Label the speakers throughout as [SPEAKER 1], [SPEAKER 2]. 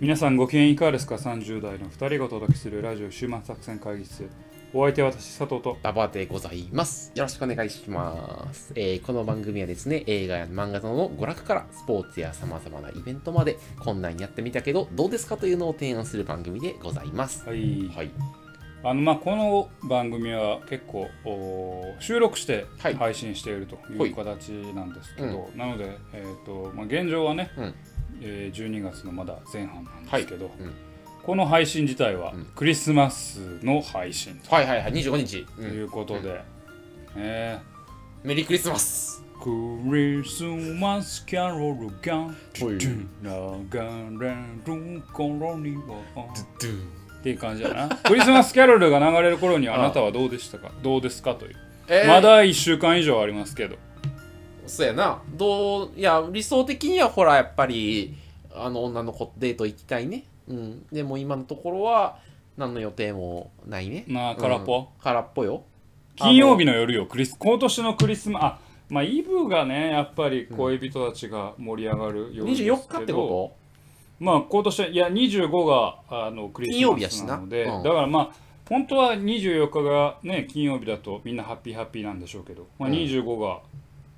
[SPEAKER 1] 皆さんご機嫌いかがですか ?30 代の2人がお届けするラジオ終末作戦会議室。お相手は私、佐藤と。
[SPEAKER 2] ババでございます。よろしくお願いします。えーこの番組はですね、映画や漫画などの娯楽からスポーツや様々なイベントまで、こんなんやってみたけど、どうですかというのを提案する番組でございます。
[SPEAKER 1] はい。
[SPEAKER 2] はい。
[SPEAKER 1] あの、まあ、この番組は結構、おー収録して
[SPEAKER 2] はい
[SPEAKER 1] 配信しているとい
[SPEAKER 2] ほ
[SPEAKER 1] う
[SPEAKER 2] い
[SPEAKER 1] 形なんですけど、なので、えっ、と、まあ、現状はね、
[SPEAKER 2] うん
[SPEAKER 1] えー12月のまだ前半なんですけど、
[SPEAKER 2] うん
[SPEAKER 1] この配信自体は
[SPEAKER 2] うん
[SPEAKER 1] クリスマスの配信
[SPEAKER 2] はいはいはい、25日。
[SPEAKER 1] と
[SPEAKER 2] う
[SPEAKER 1] い
[SPEAKER 2] ん、
[SPEAKER 1] うことで、え
[SPEAKER 2] メリークリスマス
[SPEAKER 1] ークリスマスキャロルが
[SPEAKER 2] ほい
[SPEAKER 1] 流れる頃には
[SPEAKER 2] ドゥン
[SPEAKER 1] っていう感じだなクリスマスキャロルが流れる頃にあなたはどうでしたかどうですかという、
[SPEAKER 2] えー
[SPEAKER 1] まだ1週間以上ありますけど
[SPEAKER 2] そうやな。どう、いや、理想的にはほら、やっぱり、あの、女の子とデート行きたいね。うん。でも今のところは、何の予定もないね。
[SPEAKER 1] まあ空っぽ
[SPEAKER 2] うん空っぽよ。
[SPEAKER 1] 金曜日の夜よクリス今年のクリスマスあまあイブがねやっぱり恋人たちが盛り上がる夜ですけど、
[SPEAKER 2] 24日ってこ
[SPEAKER 1] まあ今年はいや25があのクリスマスなので
[SPEAKER 2] 金曜日やしなうん
[SPEAKER 1] だからまあ本当は24日がね金曜日だとみんなハッピーハッピーなんでしょうけど、まあ、
[SPEAKER 2] うん
[SPEAKER 1] 25が、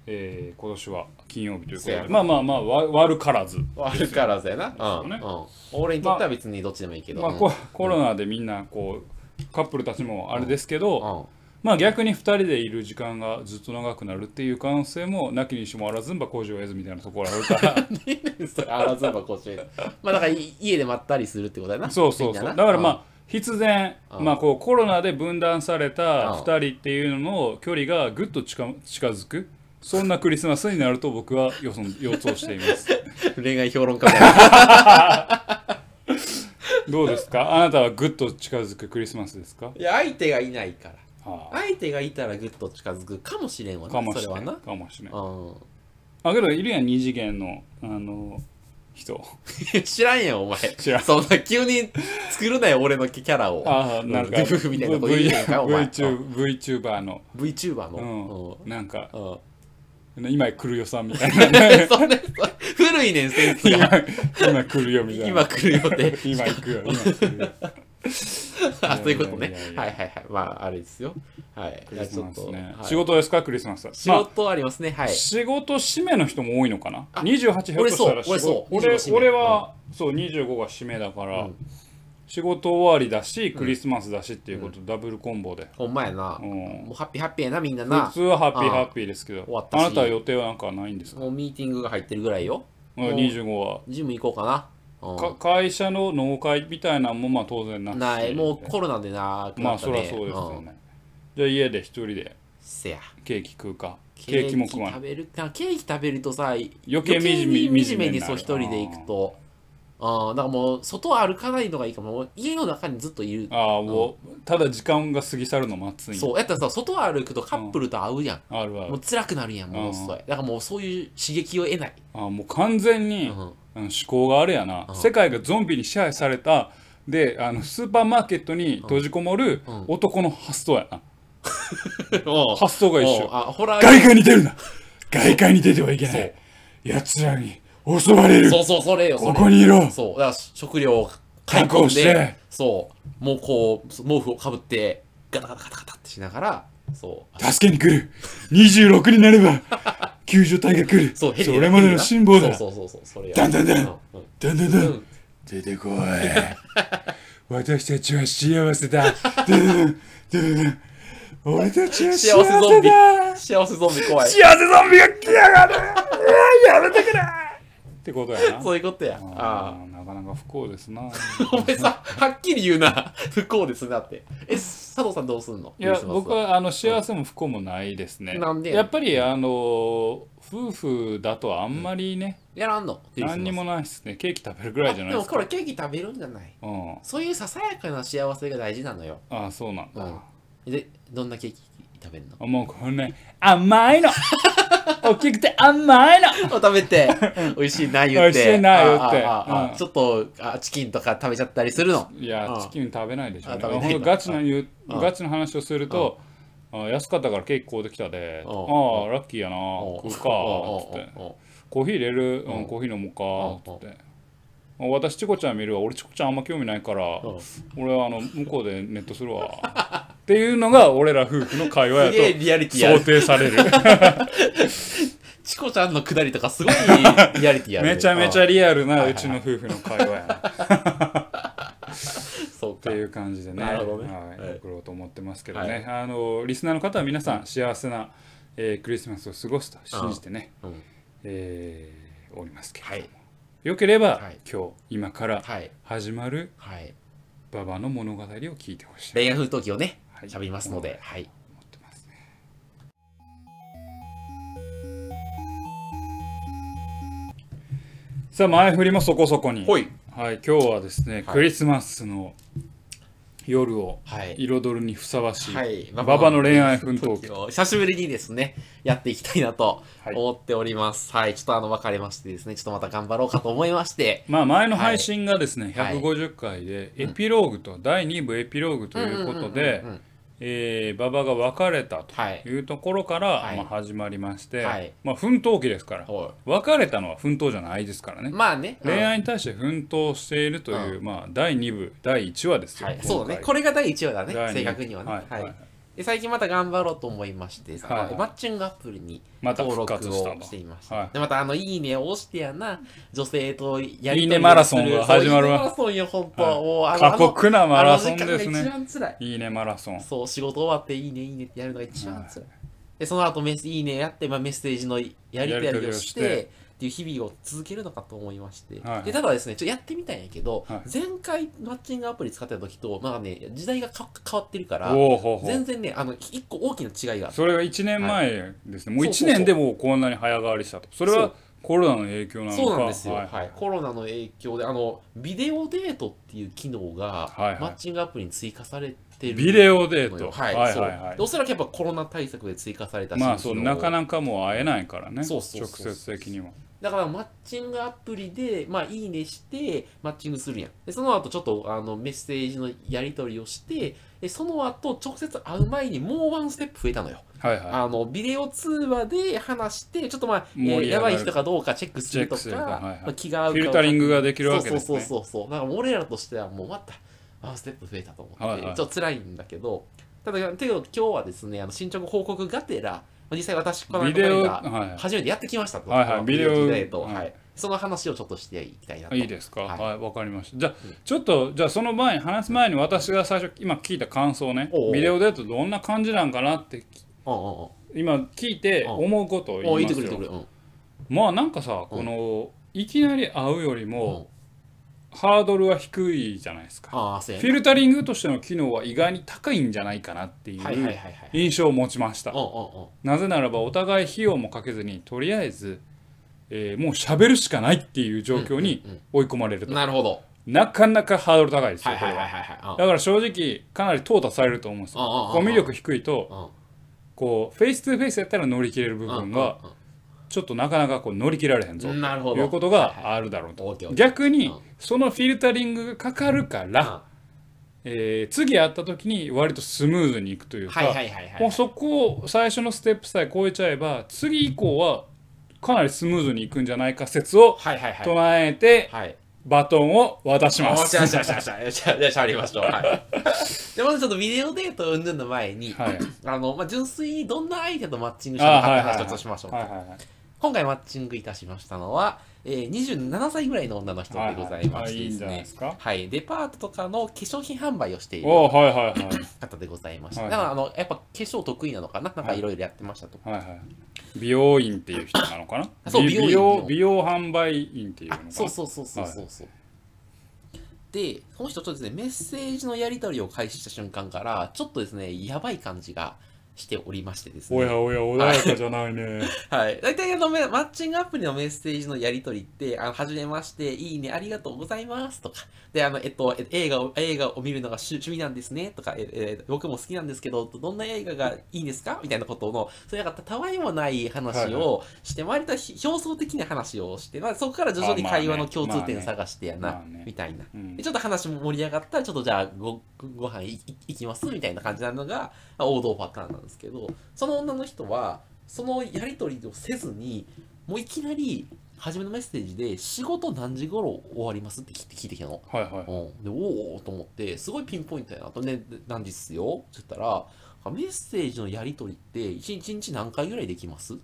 [SPEAKER 1] えー今年は金曜日ということ
[SPEAKER 2] せ
[SPEAKER 1] で
[SPEAKER 2] や
[SPEAKER 1] まあまあまあわ悪からず、
[SPEAKER 2] とあるからだよな。うん。
[SPEAKER 1] ね
[SPEAKER 2] うん俺にとっては別にどっちでもいいけど。
[SPEAKER 1] まあ、
[SPEAKER 2] うん
[SPEAKER 1] ココロナでみんなこうカップルたちもあれですけど、
[SPEAKER 2] うん
[SPEAKER 1] まあ逆に2人でいる時間がずっと長くなるっていう可能性もなきにしもあらずんば工事を得ずみたいなところあるから
[SPEAKER 2] それ、あらざばこっちへまあ、だからい家でまったりするってことやな。
[SPEAKER 1] そうそうそうだからまあ必然
[SPEAKER 2] うん
[SPEAKER 1] まあこうコロナで分断された
[SPEAKER 2] うん
[SPEAKER 1] 2人っていうのの距離がぐっと近近づくそんなクリスマスになると僕は予想予想しています
[SPEAKER 2] あ。恋愛評論家みたい な。
[SPEAKER 1] どうですかあなたはぐっと近づくクリスマスですか、
[SPEAKER 2] いや、相手がいないから。
[SPEAKER 1] は
[SPEAKER 2] 相手がいたらぐっと近づくかもしれんわ
[SPEAKER 1] あ、
[SPEAKER 2] な。
[SPEAKER 1] かもし
[SPEAKER 2] そ
[SPEAKER 1] れ
[SPEAKER 2] れ
[SPEAKER 1] な
[SPEAKER 2] はいな。
[SPEAKER 1] かもしれない
[SPEAKER 2] うん。
[SPEAKER 1] あけどいるやん二次元のあの人
[SPEAKER 2] 知らんやん、お前。
[SPEAKER 1] 知らん
[SPEAKER 2] そんな急に作るなよ、俺のキャラを。
[SPEAKER 1] ああなんか
[SPEAKER 2] ブブみたいなこと言うやんかお前
[SPEAKER 1] VTuber, VTuber の、
[SPEAKER 2] VTuber
[SPEAKER 1] う
[SPEAKER 2] の。
[SPEAKER 1] ん、なんか
[SPEAKER 2] うん。うん。
[SPEAKER 1] 今来るよさんみたいな
[SPEAKER 2] そんな、そ古いねん、セン ス
[SPEAKER 1] 今
[SPEAKER 2] が。
[SPEAKER 1] 今来るよみたいな
[SPEAKER 2] 今来るよって。
[SPEAKER 1] 今行くよ今来るよ
[SPEAKER 2] あ、そういうことね
[SPEAKER 1] いやいやい。や
[SPEAKER 2] はいはいはい。まあ、あれですよ。 はい。
[SPEAKER 1] クリスマスね、
[SPEAKER 2] はい
[SPEAKER 1] 仕事ですかクリスマスは
[SPEAKER 2] 仕事ありますね。は
[SPEAKER 1] まあ
[SPEAKER 2] い。
[SPEAKER 1] 仕事締めの人も多いのかな
[SPEAKER 2] あ
[SPEAKER 1] 28ヘッとしたら
[SPEAKER 2] 俺そう
[SPEAKER 1] 俺
[SPEAKER 2] 俺そう
[SPEAKER 1] 俺
[SPEAKER 2] 25
[SPEAKER 1] は、そう25が締めだから、
[SPEAKER 2] うん
[SPEAKER 1] 仕事終わりだしクリスマスだしっていうこと、ダブルコンボで、
[SPEAKER 2] ほんまやな。
[SPEAKER 1] うん
[SPEAKER 2] もうハッピーハッピーやな、みんな
[SPEAKER 1] 普
[SPEAKER 2] な
[SPEAKER 1] 通。はハッピー
[SPEAKER 2] あ
[SPEAKER 1] ハッピーですけど
[SPEAKER 2] 終わったし
[SPEAKER 1] あなたは予定はなんかないんですか
[SPEAKER 2] もうミーティングが入ってるぐらいよ。
[SPEAKER 1] うん
[SPEAKER 2] もう
[SPEAKER 1] 25は
[SPEAKER 2] ジム行こうかな。
[SPEAKER 1] か
[SPEAKER 2] う
[SPEAKER 1] 会社の納会みたいなのもまあ当然なく
[SPEAKER 2] ん。
[SPEAKER 1] て
[SPEAKER 2] ない。もうコロナでなく
[SPEAKER 1] ま
[SPEAKER 2] な
[SPEAKER 1] あ
[SPEAKER 2] った
[SPEAKER 1] そ
[SPEAKER 2] ね。
[SPEAKER 1] りゃそうですよ
[SPEAKER 2] ん。
[SPEAKER 1] ね、じゃあ家で一人で
[SPEAKER 2] せや。
[SPEAKER 1] ケーキ食うかケーキも食わな
[SPEAKER 2] ケーキ食
[SPEAKER 1] い
[SPEAKER 2] べるか。ケーキ食べるとさ、余
[SPEAKER 1] 計惨め
[SPEAKER 2] に
[SPEAKER 1] 惨
[SPEAKER 2] 惨
[SPEAKER 1] め
[SPEAKER 2] め
[SPEAKER 1] に
[SPEAKER 2] に
[SPEAKER 1] な
[SPEAKER 2] そ
[SPEAKER 1] る
[SPEAKER 2] う一人で行くと。ああ、だからもう、外歩かないのがいいかも。もう家の中にずっといる。
[SPEAKER 1] ああもう、ただ時間が過ぎ去るの待つんや
[SPEAKER 2] そう。やったらさ、外歩くとカップルと会うやん。
[SPEAKER 1] あるあ
[SPEAKER 2] も
[SPEAKER 1] る
[SPEAKER 2] う辛くなるやん、ものすごい。だからもうそういう刺激を 得ない。
[SPEAKER 1] ああもう完全に、
[SPEAKER 2] うん
[SPEAKER 1] あの思考があれやな、世界がゾンビに支配されたであのスーパーマーケットに閉じこもる
[SPEAKER 2] うん
[SPEAKER 1] 男の発想やな、
[SPEAKER 2] おう
[SPEAKER 1] 発想が一緒
[SPEAKER 2] おうあ、ホラー
[SPEAKER 1] 外界に出るな外界に出てはいけない奴らに襲われる
[SPEAKER 2] そうそう、それよ、そ
[SPEAKER 1] こ
[SPEAKER 2] れ
[SPEAKER 1] こにいろ
[SPEAKER 2] そう、だから食料を買い
[SPEAKER 1] 確保
[SPEAKER 2] 込ん
[SPEAKER 1] し
[SPEAKER 2] で
[SPEAKER 1] て、
[SPEAKER 2] そう、もうこう、毛布をかぶって、ガタガタガタガタってしながら、そう、
[SPEAKER 1] 助けに来る26になれ ば救助隊が来る
[SPEAKER 2] そう、ヘリ
[SPEAKER 1] れまでの辛抱だ
[SPEAKER 2] そうそうそうそう、それよ。
[SPEAKER 1] だんだんだん
[SPEAKER 2] ううん
[SPEAKER 1] だんだんだん、
[SPEAKER 2] うん
[SPEAKER 1] 出て こい私たちは幸せだだんだんだんだん 俺たちは幸
[SPEAKER 2] 幸せゾ
[SPEAKER 1] せ
[SPEAKER 2] ンビ
[SPEAKER 1] だ、
[SPEAKER 2] 幸せゾンビ怖 い。
[SPEAKER 1] 幸せゾンビが来やがるやめてくれってことやな
[SPEAKER 2] そういうことや。
[SPEAKER 1] あ
[SPEAKER 2] ああ。
[SPEAKER 1] ーなかなか不幸ですな
[SPEAKER 2] お前さ、はっきり言うな。不幸ですなって。え、佐藤さんどうすんの
[SPEAKER 1] いや
[SPEAKER 2] クリスマス
[SPEAKER 1] 僕はあの幸せも不幸もないですね
[SPEAKER 2] なんで
[SPEAKER 1] やっぱりあの夫婦だとあんまりね、
[SPEAKER 2] やらんのクリスマス
[SPEAKER 1] 何にもないですねケーキ食べるぐらいじゃない
[SPEAKER 2] あ
[SPEAKER 1] で
[SPEAKER 2] ですも
[SPEAKER 1] か
[SPEAKER 2] これケーキ食べるんじゃない
[SPEAKER 1] うん、あ
[SPEAKER 2] そういうささやかな幸せが大事なのよ。
[SPEAKER 1] あそうなんだ、
[SPEAKER 2] うんで、どんなケーキ食べるの
[SPEAKER 1] あもうこれね甘 いの大きくて甘いの
[SPEAKER 2] を食べて、美味しいな言って。
[SPEAKER 1] 美味しいな言って
[SPEAKER 2] あああああ
[SPEAKER 1] うん
[SPEAKER 2] ちょっとあチキンとか食べちゃったりするの。
[SPEAKER 1] いや
[SPEAKER 2] ああ
[SPEAKER 1] チキン食べないでしょうね
[SPEAKER 2] あ食べない
[SPEAKER 1] ほんとガチな言うガチの話をするとあ安かったからケーキ買うてきたでああ
[SPEAKER 2] ああ
[SPEAKER 1] ラッキーやな
[SPEAKER 2] お
[SPEAKER 1] 食うか
[SPEAKER 2] お
[SPEAKER 1] つって
[SPEAKER 2] おおお
[SPEAKER 1] コーヒー入れるう
[SPEAKER 2] うんん
[SPEAKER 1] コーヒー飲もうかつって私チコちゃん見るわ俺チコちゃんあんま興味ないから、俺はあの向こうでネットするわっていうのが俺ら夫婦の会話
[SPEAKER 2] すげえ
[SPEAKER 1] やと
[SPEAKER 2] リアリティあ
[SPEAKER 1] 想
[SPEAKER 2] る。
[SPEAKER 1] 定される
[SPEAKER 2] チコちゃんのくだりとかすごいリアリティある。
[SPEAKER 1] めちゃめちゃ
[SPEAKER 2] あ
[SPEAKER 1] リアルな
[SPEAKER 2] は
[SPEAKER 1] い
[SPEAKER 2] はいう
[SPEAKER 1] ちの夫婦の会話やなっ
[SPEAKER 2] そう
[SPEAKER 1] て
[SPEAKER 2] か。
[SPEAKER 1] いう感じでね
[SPEAKER 2] なるほどね
[SPEAKER 1] はい
[SPEAKER 2] はい
[SPEAKER 1] 送ろうと思ってますけど
[SPEAKER 2] は
[SPEAKER 1] ね、
[SPEAKER 2] い
[SPEAKER 1] あのリスナーの方は皆さん幸せな、えークリスマスを過ごすと信じてね、
[SPEAKER 2] うん
[SPEAKER 1] えーおりますけど、
[SPEAKER 2] はい。
[SPEAKER 1] よければ、
[SPEAKER 2] はい
[SPEAKER 1] 今日今から
[SPEAKER 2] はい。
[SPEAKER 1] 始まる
[SPEAKER 2] はい。
[SPEAKER 1] 馬場の物語を聞いてほしいと
[SPEAKER 2] 恋愛風闘記をね、
[SPEAKER 1] はい
[SPEAKER 2] 喋りますので、はい。
[SPEAKER 1] 思ってますねさあ前振りもそこそこに、
[SPEAKER 2] ほい。
[SPEAKER 1] はい、今日はですね、クリスマスの夜を
[SPEAKER 2] はい。
[SPEAKER 1] 彩るにふさわしい、
[SPEAKER 2] はい。
[SPEAKER 1] 馬場の恋愛奮闘記
[SPEAKER 2] を久しぶりにですね、やっていきたいなと
[SPEAKER 1] はい
[SPEAKER 2] 思っております。はい。ちょっとあの、別れましてですね、ちょっとまた頑張ろうかと思いまして、
[SPEAKER 1] まあ前の配信がですね、
[SPEAKER 2] はい
[SPEAKER 1] 150回でエピローグと、第2部エピローグということで
[SPEAKER 2] うんうんうんうん
[SPEAKER 1] えー馬場が別れた
[SPEAKER 2] はい
[SPEAKER 1] というところから、
[SPEAKER 2] はい
[SPEAKER 1] まあ、始まりまして、
[SPEAKER 2] はい
[SPEAKER 1] まあ奮闘記ですから
[SPEAKER 2] は
[SPEAKER 1] 別れたのは奮闘じゃないですからね、
[SPEAKER 2] まあね、うん
[SPEAKER 1] 恋愛に対して奮闘しているという、まあ、第2部第1話ですよ、
[SPEAKER 2] はい、そうだね。こ
[SPEAKER 1] 今
[SPEAKER 2] れが第1話だ
[SPEAKER 1] 回
[SPEAKER 2] ね
[SPEAKER 1] 第二。部
[SPEAKER 2] 正確にはね。
[SPEAKER 1] はい
[SPEAKER 2] はい
[SPEAKER 1] はい
[SPEAKER 2] で最近また頑張ろうと思いまして、
[SPEAKER 1] はいはい
[SPEAKER 2] マッチングアプリに
[SPEAKER 1] また
[SPEAKER 2] 登
[SPEAKER 1] 復
[SPEAKER 2] 録
[SPEAKER 1] 活したの
[SPEAKER 2] をしていました。
[SPEAKER 1] はい
[SPEAKER 2] でまた、あの、いいねを押してやな、女性とやりとりをする
[SPEAKER 1] いいねマラソンが始まるわ
[SPEAKER 2] そういいねマラソンよ、本当、
[SPEAKER 1] はい
[SPEAKER 2] もうあの
[SPEAKER 1] 過酷なマラソンです
[SPEAKER 2] あの時間
[SPEAKER 1] ね
[SPEAKER 2] が一番辛い。
[SPEAKER 1] いいねマラソン
[SPEAKER 2] そう、仕事終わっていいね、いいねってやるのが一番辛い。で、その後メス、いいねやって、まあ、メッセージのやり取
[SPEAKER 1] やり取
[SPEAKER 2] り
[SPEAKER 1] りを
[SPEAKER 2] を
[SPEAKER 1] し
[SPEAKER 2] してて、っていう日々を続けるのかと思いまして、
[SPEAKER 1] はい
[SPEAKER 2] でただですね、ちょっとやってみたんやけど、
[SPEAKER 1] はい
[SPEAKER 2] 前回マッチングアプリ使ってた時と、まあね、時代がか変わってるから、
[SPEAKER 1] おおほうほ
[SPEAKER 2] 全
[SPEAKER 1] う
[SPEAKER 2] 然ね、あの、一個大きな違いがある。
[SPEAKER 1] それが1年前ですね、もう
[SPEAKER 2] そうそ
[SPEAKER 1] 1
[SPEAKER 2] うそ
[SPEAKER 1] 年
[SPEAKER 2] う
[SPEAKER 1] でもうこんなに早変わりしたとそれ
[SPEAKER 2] そ
[SPEAKER 1] は
[SPEAKER 2] う
[SPEAKER 1] コロナの影響なのか
[SPEAKER 2] そうなんですよ、
[SPEAKER 1] は
[SPEAKER 2] はいいコロナの影響であのビデオデートっていう機能が、
[SPEAKER 1] はいはい
[SPEAKER 2] マッチングアプリに追加されてる
[SPEAKER 1] ビデオデー
[SPEAKER 2] の
[SPEAKER 1] ト
[SPEAKER 2] よはい、
[SPEAKER 1] はい
[SPEAKER 2] そう
[SPEAKER 1] はいはい
[SPEAKER 2] でおそらくやっぱコロナ対策で追加された
[SPEAKER 1] まあそう
[SPEAKER 2] 新機能
[SPEAKER 1] なかなかもう会えないからね
[SPEAKER 2] そうそうそうそう
[SPEAKER 1] 直接的には
[SPEAKER 2] だからマッチングアプリで、まあ、いいねして、マッチングするやん。で、その後ちょっとあのメッセージのやり取りをして、でその後直接会う前にもうワンステップ増えたのよ。
[SPEAKER 1] はいは
[SPEAKER 2] あの、ビデオ通話で話して、ちょっとまあ、え
[SPEAKER 1] 盛り上がる
[SPEAKER 2] ーやばい人かどうかチェックすると
[SPEAKER 1] チ
[SPEAKER 2] か、
[SPEAKER 1] ェックするはいはい
[SPEAKER 2] まあ、気が合うか
[SPEAKER 1] フィルタリングができるわけですね
[SPEAKER 2] そうそうそうそう。だからもう俺らとしてはもうまた、ワンステップ増えたと思って、
[SPEAKER 1] はいはい
[SPEAKER 2] ちょっと辛いんだけど、ただ、てか今日はですね、あの進捗報告がてら、まあ実際私、この
[SPEAKER 1] ビデオ
[SPEAKER 2] 二人
[SPEAKER 1] はいはい
[SPEAKER 2] が初めてやってきましたと。
[SPEAKER 1] はいはい
[SPEAKER 2] この
[SPEAKER 1] ビデオ
[SPEAKER 2] デートを
[SPEAKER 1] はい
[SPEAKER 2] はいその話をちょっとしていきたいなと。
[SPEAKER 1] いいいですか
[SPEAKER 2] は
[SPEAKER 1] はいいわかりましたじゃあちょっとじゃあその前に話す前に私が最初今聞いた感想ね
[SPEAKER 2] おうおう
[SPEAKER 1] ビデオデートどんな感じなんかなって
[SPEAKER 2] うんうんうん。
[SPEAKER 1] 今聞いて思うことを
[SPEAKER 2] お
[SPEAKER 1] 言い
[SPEAKER 2] いい
[SPEAKER 1] ま
[SPEAKER 2] て
[SPEAKER 1] す
[SPEAKER 2] くれ、いいてくれ。
[SPEAKER 1] よ
[SPEAKER 2] うん。うん
[SPEAKER 1] まあなんかさこのいきなり会うよりもハードルは低いじゃないですか
[SPEAKER 2] ああ、そうや
[SPEAKER 1] フ
[SPEAKER 2] ね
[SPEAKER 1] ィルタリングとしての機能は意外に高いんじゃないかなってい
[SPEAKER 2] はいはいはいうはい。
[SPEAKER 1] 印象を持ちました
[SPEAKER 2] うんうんうん。
[SPEAKER 1] なぜならばお互い費用もかけずにとりあえず、えーもう喋るしかないっていう状況に
[SPEAKER 2] うんうん
[SPEAKER 1] 追い込まれると、
[SPEAKER 2] なるほど。
[SPEAKER 1] なかなかハードル高いです
[SPEAKER 2] は
[SPEAKER 1] よ
[SPEAKER 2] い
[SPEAKER 1] こ
[SPEAKER 2] は
[SPEAKER 1] れ
[SPEAKER 2] いはい
[SPEAKER 1] は
[SPEAKER 2] はいはい。うん
[SPEAKER 1] だから正直かなり淘汰されると思うんですよ
[SPEAKER 2] うんうんうんうん
[SPEAKER 1] コミュ力低いと
[SPEAKER 2] うん
[SPEAKER 1] こうフェイス2フェイスやったら乗り切れる部分がちょっとなかなかこう乗り切られへんぞ
[SPEAKER 2] なるほ
[SPEAKER 1] と
[SPEAKER 2] ど
[SPEAKER 1] いうことがあるだろうと
[SPEAKER 2] はいはいオーケーオーケー
[SPEAKER 1] 逆に
[SPEAKER 2] うん
[SPEAKER 1] そのフィルタリングがかかるから、えー次会った時に割とスムーズにいくというか、
[SPEAKER 2] はいはいはいはい
[SPEAKER 1] もうそこを最初のステップさえ超えちゃえば次以降はかなりスムーズにいくんじゃないか説を
[SPEAKER 2] はいはいはい
[SPEAKER 1] 唱えて
[SPEAKER 2] はい
[SPEAKER 1] バトンを渡し
[SPEAKER 2] お
[SPEAKER 1] ま
[SPEAKER 2] ーし
[SPEAKER 1] す。
[SPEAKER 2] ゃしゃしゃしゃしゃ じゃあしゃべりましょうはい でまずちょっとビデオデートうんぬんの前に
[SPEAKER 1] はい
[SPEAKER 2] あのまあ純粋にどんな相手とマッチングしたの
[SPEAKER 1] あーはい
[SPEAKER 2] か
[SPEAKER 1] は
[SPEAKER 2] って
[SPEAKER 1] い
[SPEAKER 2] 話をちょっとしましょう
[SPEAKER 1] はいはいはい
[SPEAKER 2] 今回マッチングいたしましたのは、えー、27歳ぐらいの女の人でござい
[SPEAKER 1] はいは
[SPEAKER 2] ま
[SPEAKER 1] いあ
[SPEAKER 2] し
[SPEAKER 1] いい
[SPEAKER 2] てで
[SPEAKER 1] ん
[SPEAKER 2] す
[SPEAKER 1] じゃないで
[SPEAKER 2] ね
[SPEAKER 1] すか。
[SPEAKER 2] はいデパートとかの化粧品販売をしている
[SPEAKER 1] おーはいはいは
[SPEAKER 2] 方でございました
[SPEAKER 1] は
[SPEAKER 2] だ
[SPEAKER 1] い
[SPEAKER 2] からあのやっぱ化粧得意なのかななんかいろいろやってましたと
[SPEAKER 1] いはいはい。美容院っていう人なのかな。
[SPEAKER 2] そう
[SPEAKER 1] び
[SPEAKER 2] 美容院
[SPEAKER 1] 美容美容販売員っていうのかな。
[SPEAKER 2] そうそうそうそうそうそう、でこの人ちょっとですねメッセージのやり取りを開始した瞬間からちょっとですねやばい感じがしておりましてです
[SPEAKER 1] おや
[SPEAKER 2] ね
[SPEAKER 1] おや穏やかじゃないね。
[SPEAKER 2] はい大体あのめマッチングアプリのメッセージのやり取りって「あの初めましていいねありがとうございます」とか「であのえっとえ映画を映画を見るのが趣趣味なんですね」とかええ僕も好きなんですけどどんな映画がいいんですか?」みたいなことのそれがたたわいもない話をして、割と表層的な話をして、まあ、そこから徐々に会話の共通点探してや
[SPEAKER 1] まあ
[SPEAKER 2] な
[SPEAKER 1] ねまあね
[SPEAKER 2] みたいな
[SPEAKER 1] うん
[SPEAKER 2] でちょっと話も盛り上がったら、ちょっとじゃあご、ご飯いい行きますみたいな感じなのがまあ王道パターンなんですけど、その女の人は、そのやりとりをせずに、もういきなり、初めのメッセージで、仕事何時頃終わりますって聞いて聞いてきたの。
[SPEAKER 1] はいはい
[SPEAKER 2] うん、でおおと思ってすごいピンポイントやなとね何時っすよって言ったらメッセージのやり取りって1日何回ぐらいできます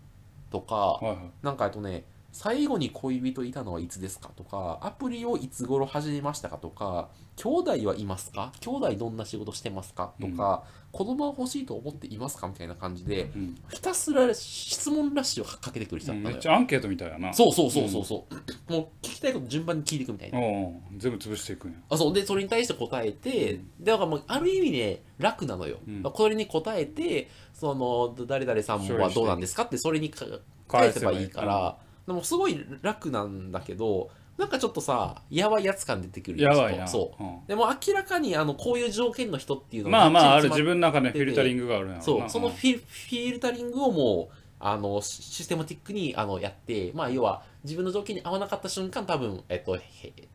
[SPEAKER 2] とか
[SPEAKER 1] はいはい
[SPEAKER 2] なんかあとね最後に恋人いたのはいつですかとかアプリをいつ頃始めましたかとか兄弟はいますか兄弟どんな仕事してますかとか、子供は欲しいと思っていますかみたいな感じで
[SPEAKER 1] うん
[SPEAKER 2] ひたすら質問ラッシュをかけてくる人だった
[SPEAKER 1] めっ
[SPEAKER 2] のよ、
[SPEAKER 1] ちゃアンケートみたいやな
[SPEAKER 2] そうそうそうそうそう、もう聞きたいこと順番に聞いていくみたいな
[SPEAKER 1] おう全部潰していくんや
[SPEAKER 2] あそうでそれに対して答えて、
[SPEAKER 1] うん
[SPEAKER 2] でだからもうある意味ね楽なのよ、
[SPEAKER 1] うん
[SPEAKER 2] これに答えてその誰々さん
[SPEAKER 1] 処理
[SPEAKER 2] は
[SPEAKER 1] して
[SPEAKER 2] どうなんですかってそれにか返
[SPEAKER 1] 返
[SPEAKER 2] せ
[SPEAKER 1] せ
[SPEAKER 2] ば
[SPEAKER 1] ば
[SPEAKER 2] い
[SPEAKER 1] い
[SPEAKER 2] い
[SPEAKER 1] い
[SPEAKER 2] か
[SPEAKER 1] から
[SPEAKER 2] ら、でもすごい楽なんだけどなんかちょっとさやばいやつ感出てくるよ
[SPEAKER 1] やばいな
[SPEAKER 2] ちょっとそう
[SPEAKER 1] うん
[SPEAKER 2] でも明らかにあのこういう条件の人っていうのが
[SPEAKER 1] まあまあある
[SPEAKER 2] きっち
[SPEAKER 1] 自
[SPEAKER 2] り
[SPEAKER 1] 分の中でフィルタリングがあるんやろ
[SPEAKER 2] 決まっ
[SPEAKER 1] な
[SPEAKER 2] そうそのフィルフィルタリングをもうあのシシステマティックにあのやってまあ要は自分の条件に合わなかった瞬間多分、えっとへ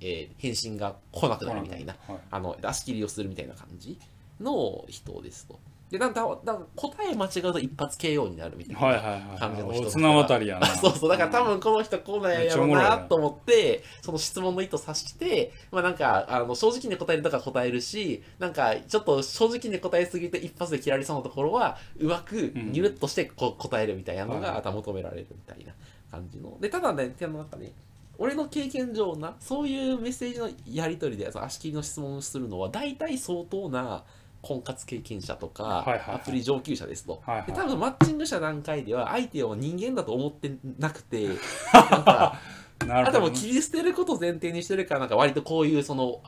[SPEAKER 2] えー返信が来なくなるみたいな
[SPEAKER 1] はい
[SPEAKER 2] あの出し切りをするみたいな感じの人ですと。で、なんだだ答え間違うと一発 KO になるみたいな
[SPEAKER 1] はいはいはい
[SPEAKER 2] 感じ
[SPEAKER 1] お
[SPEAKER 2] の人ですから
[SPEAKER 1] 綱渡りやな
[SPEAKER 2] そうそう、だから多分この人こうなんやろう
[SPEAKER 1] めっちゃおも
[SPEAKER 2] な
[SPEAKER 1] ろいな
[SPEAKER 2] と思って、その質問の意図察して、まあなんか、あの、正直に答えるとか答えるし、なんか、ちょっと正直に答えすぎて一発で切られそうなところは、うまく、
[SPEAKER 1] ん
[SPEAKER 2] ニュルっとしてこう答えるみたいなの
[SPEAKER 1] はい
[SPEAKER 2] が、あとは求められるみたいな感じの。で、ただね、でもなんかね、俺の経験上な、そういうメッセージのやり取りで、その足切りの質問をするのは、大体相当な、婚活経験者とか、
[SPEAKER 1] はいはいはい
[SPEAKER 2] アプリ上級者ですと、
[SPEAKER 1] はいはい
[SPEAKER 2] で多分マッチングした段階では相手を人間だと思ってなく てなんか
[SPEAKER 1] な
[SPEAKER 2] あ
[SPEAKER 1] る
[SPEAKER 2] とは
[SPEAKER 1] ほ
[SPEAKER 2] も
[SPEAKER 1] ど
[SPEAKER 2] う切り捨てることを前提にしてるからなんか割とこういうその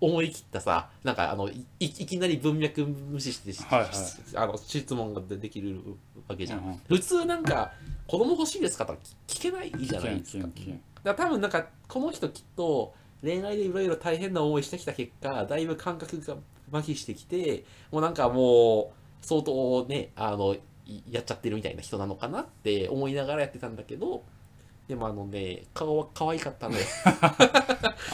[SPEAKER 2] 思い切ったさなんかあのいいきなり文脈無視して、し
[SPEAKER 1] はいはい
[SPEAKER 2] あの質問ができるわけじゃん、
[SPEAKER 1] うんうん
[SPEAKER 2] 普通なんか子供欲しいですかとか聞けないじゃないですか
[SPEAKER 1] 聞けん聞けん聞けん
[SPEAKER 2] だから多分なんかこの人きっと恋愛でいろいろ大変な思いしてきた結果だいぶ感覚が麻痺してきてもうなんかもう相当ねあのいやっちゃってるみたいな人なのかなって思いながらやってたんだけどでもあのね顔は可愛 かったのよ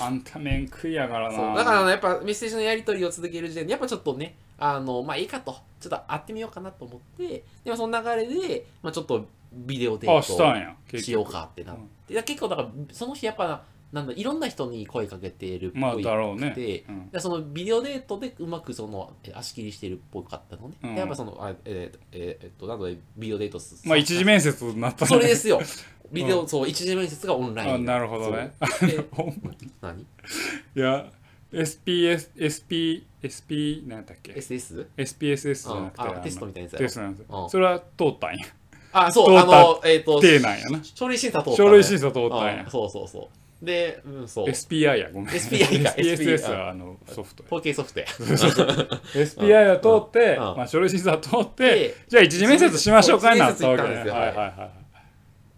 [SPEAKER 1] あんた麺食いやから
[SPEAKER 2] そう
[SPEAKER 1] な
[SPEAKER 2] だからあのやっぱメッセージのやり取りを続ける時点でやっぱちょっとねあのまあいいかとちょっと会ってみようかなと思ってでもその流れで、まあ、ちょっとビデオデー
[SPEAKER 1] あ
[SPEAKER 2] ト
[SPEAKER 1] したんや結局
[SPEAKER 2] しようかってなって、いや結構だからその日やっぱなんだいろんな人に声かけてるっぽい、
[SPEAKER 1] まあだろうね
[SPEAKER 2] で
[SPEAKER 1] うん
[SPEAKER 2] でそのビデオデートでうまくそのえ足切りしてるっぽかったのね、
[SPEAKER 1] うん
[SPEAKER 2] でやっぱそのあえーえーえーっとなのでビデオデートす
[SPEAKER 1] まあ一次面接になった
[SPEAKER 2] それですすよビデオ、そう一次面接がオンライ
[SPEAKER 1] あ
[SPEAKER 2] ン
[SPEAKER 1] なるほどね
[SPEAKER 2] そうで
[SPEAKER 1] ほんま
[SPEAKER 2] 何
[SPEAKER 1] いや SPS SP SP 何やったっけ
[SPEAKER 2] SS?
[SPEAKER 1] SPSS じゃ
[SPEAKER 2] あ
[SPEAKER 1] なくて
[SPEAKER 2] あ
[SPEAKER 1] あの
[SPEAKER 2] テストみたいなやつやろ
[SPEAKER 1] テストなんです
[SPEAKER 2] う
[SPEAKER 1] よ
[SPEAKER 2] ん
[SPEAKER 1] それは通ったんや
[SPEAKER 2] あそう
[SPEAKER 1] 通っ
[SPEAKER 2] あ
[SPEAKER 1] た
[SPEAKER 2] のえーっと
[SPEAKER 1] 定なんやな
[SPEAKER 2] 書類審査通ったのよ
[SPEAKER 1] 書類審査通ったん
[SPEAKER 2] う
[SPEAKER 1] や
[SPEAKER 2] そうそうそうでうんそう
[SPEAKER 1] SPI やごめん
[SPEAKER 2] SPI か
[SPEAKER 1] SPSS はあのソフトや
[SPEAKER 2] 統計ソフトや
[SPEAKER 1] SPI は通って
[SPEAKER 2] うん
[SPEAKER 1] まあ書類審査は通っ
[SPEAKER 2] で
[SPEAKER 1] てじゃあ一次面接しましょうかに
[SPEAKER 2] 一次
[SPEAKER 1] な
[SPEAKER 2] 面
[SPEAKER 1] った
[SPEAKER 2] 接
[SPEAKER 1] わけ
[SPEAKER 2] 行ったんです
[SPEAKER 1] ね
[SPEAKER 2] よ
[SPEAKER 1] はいはいは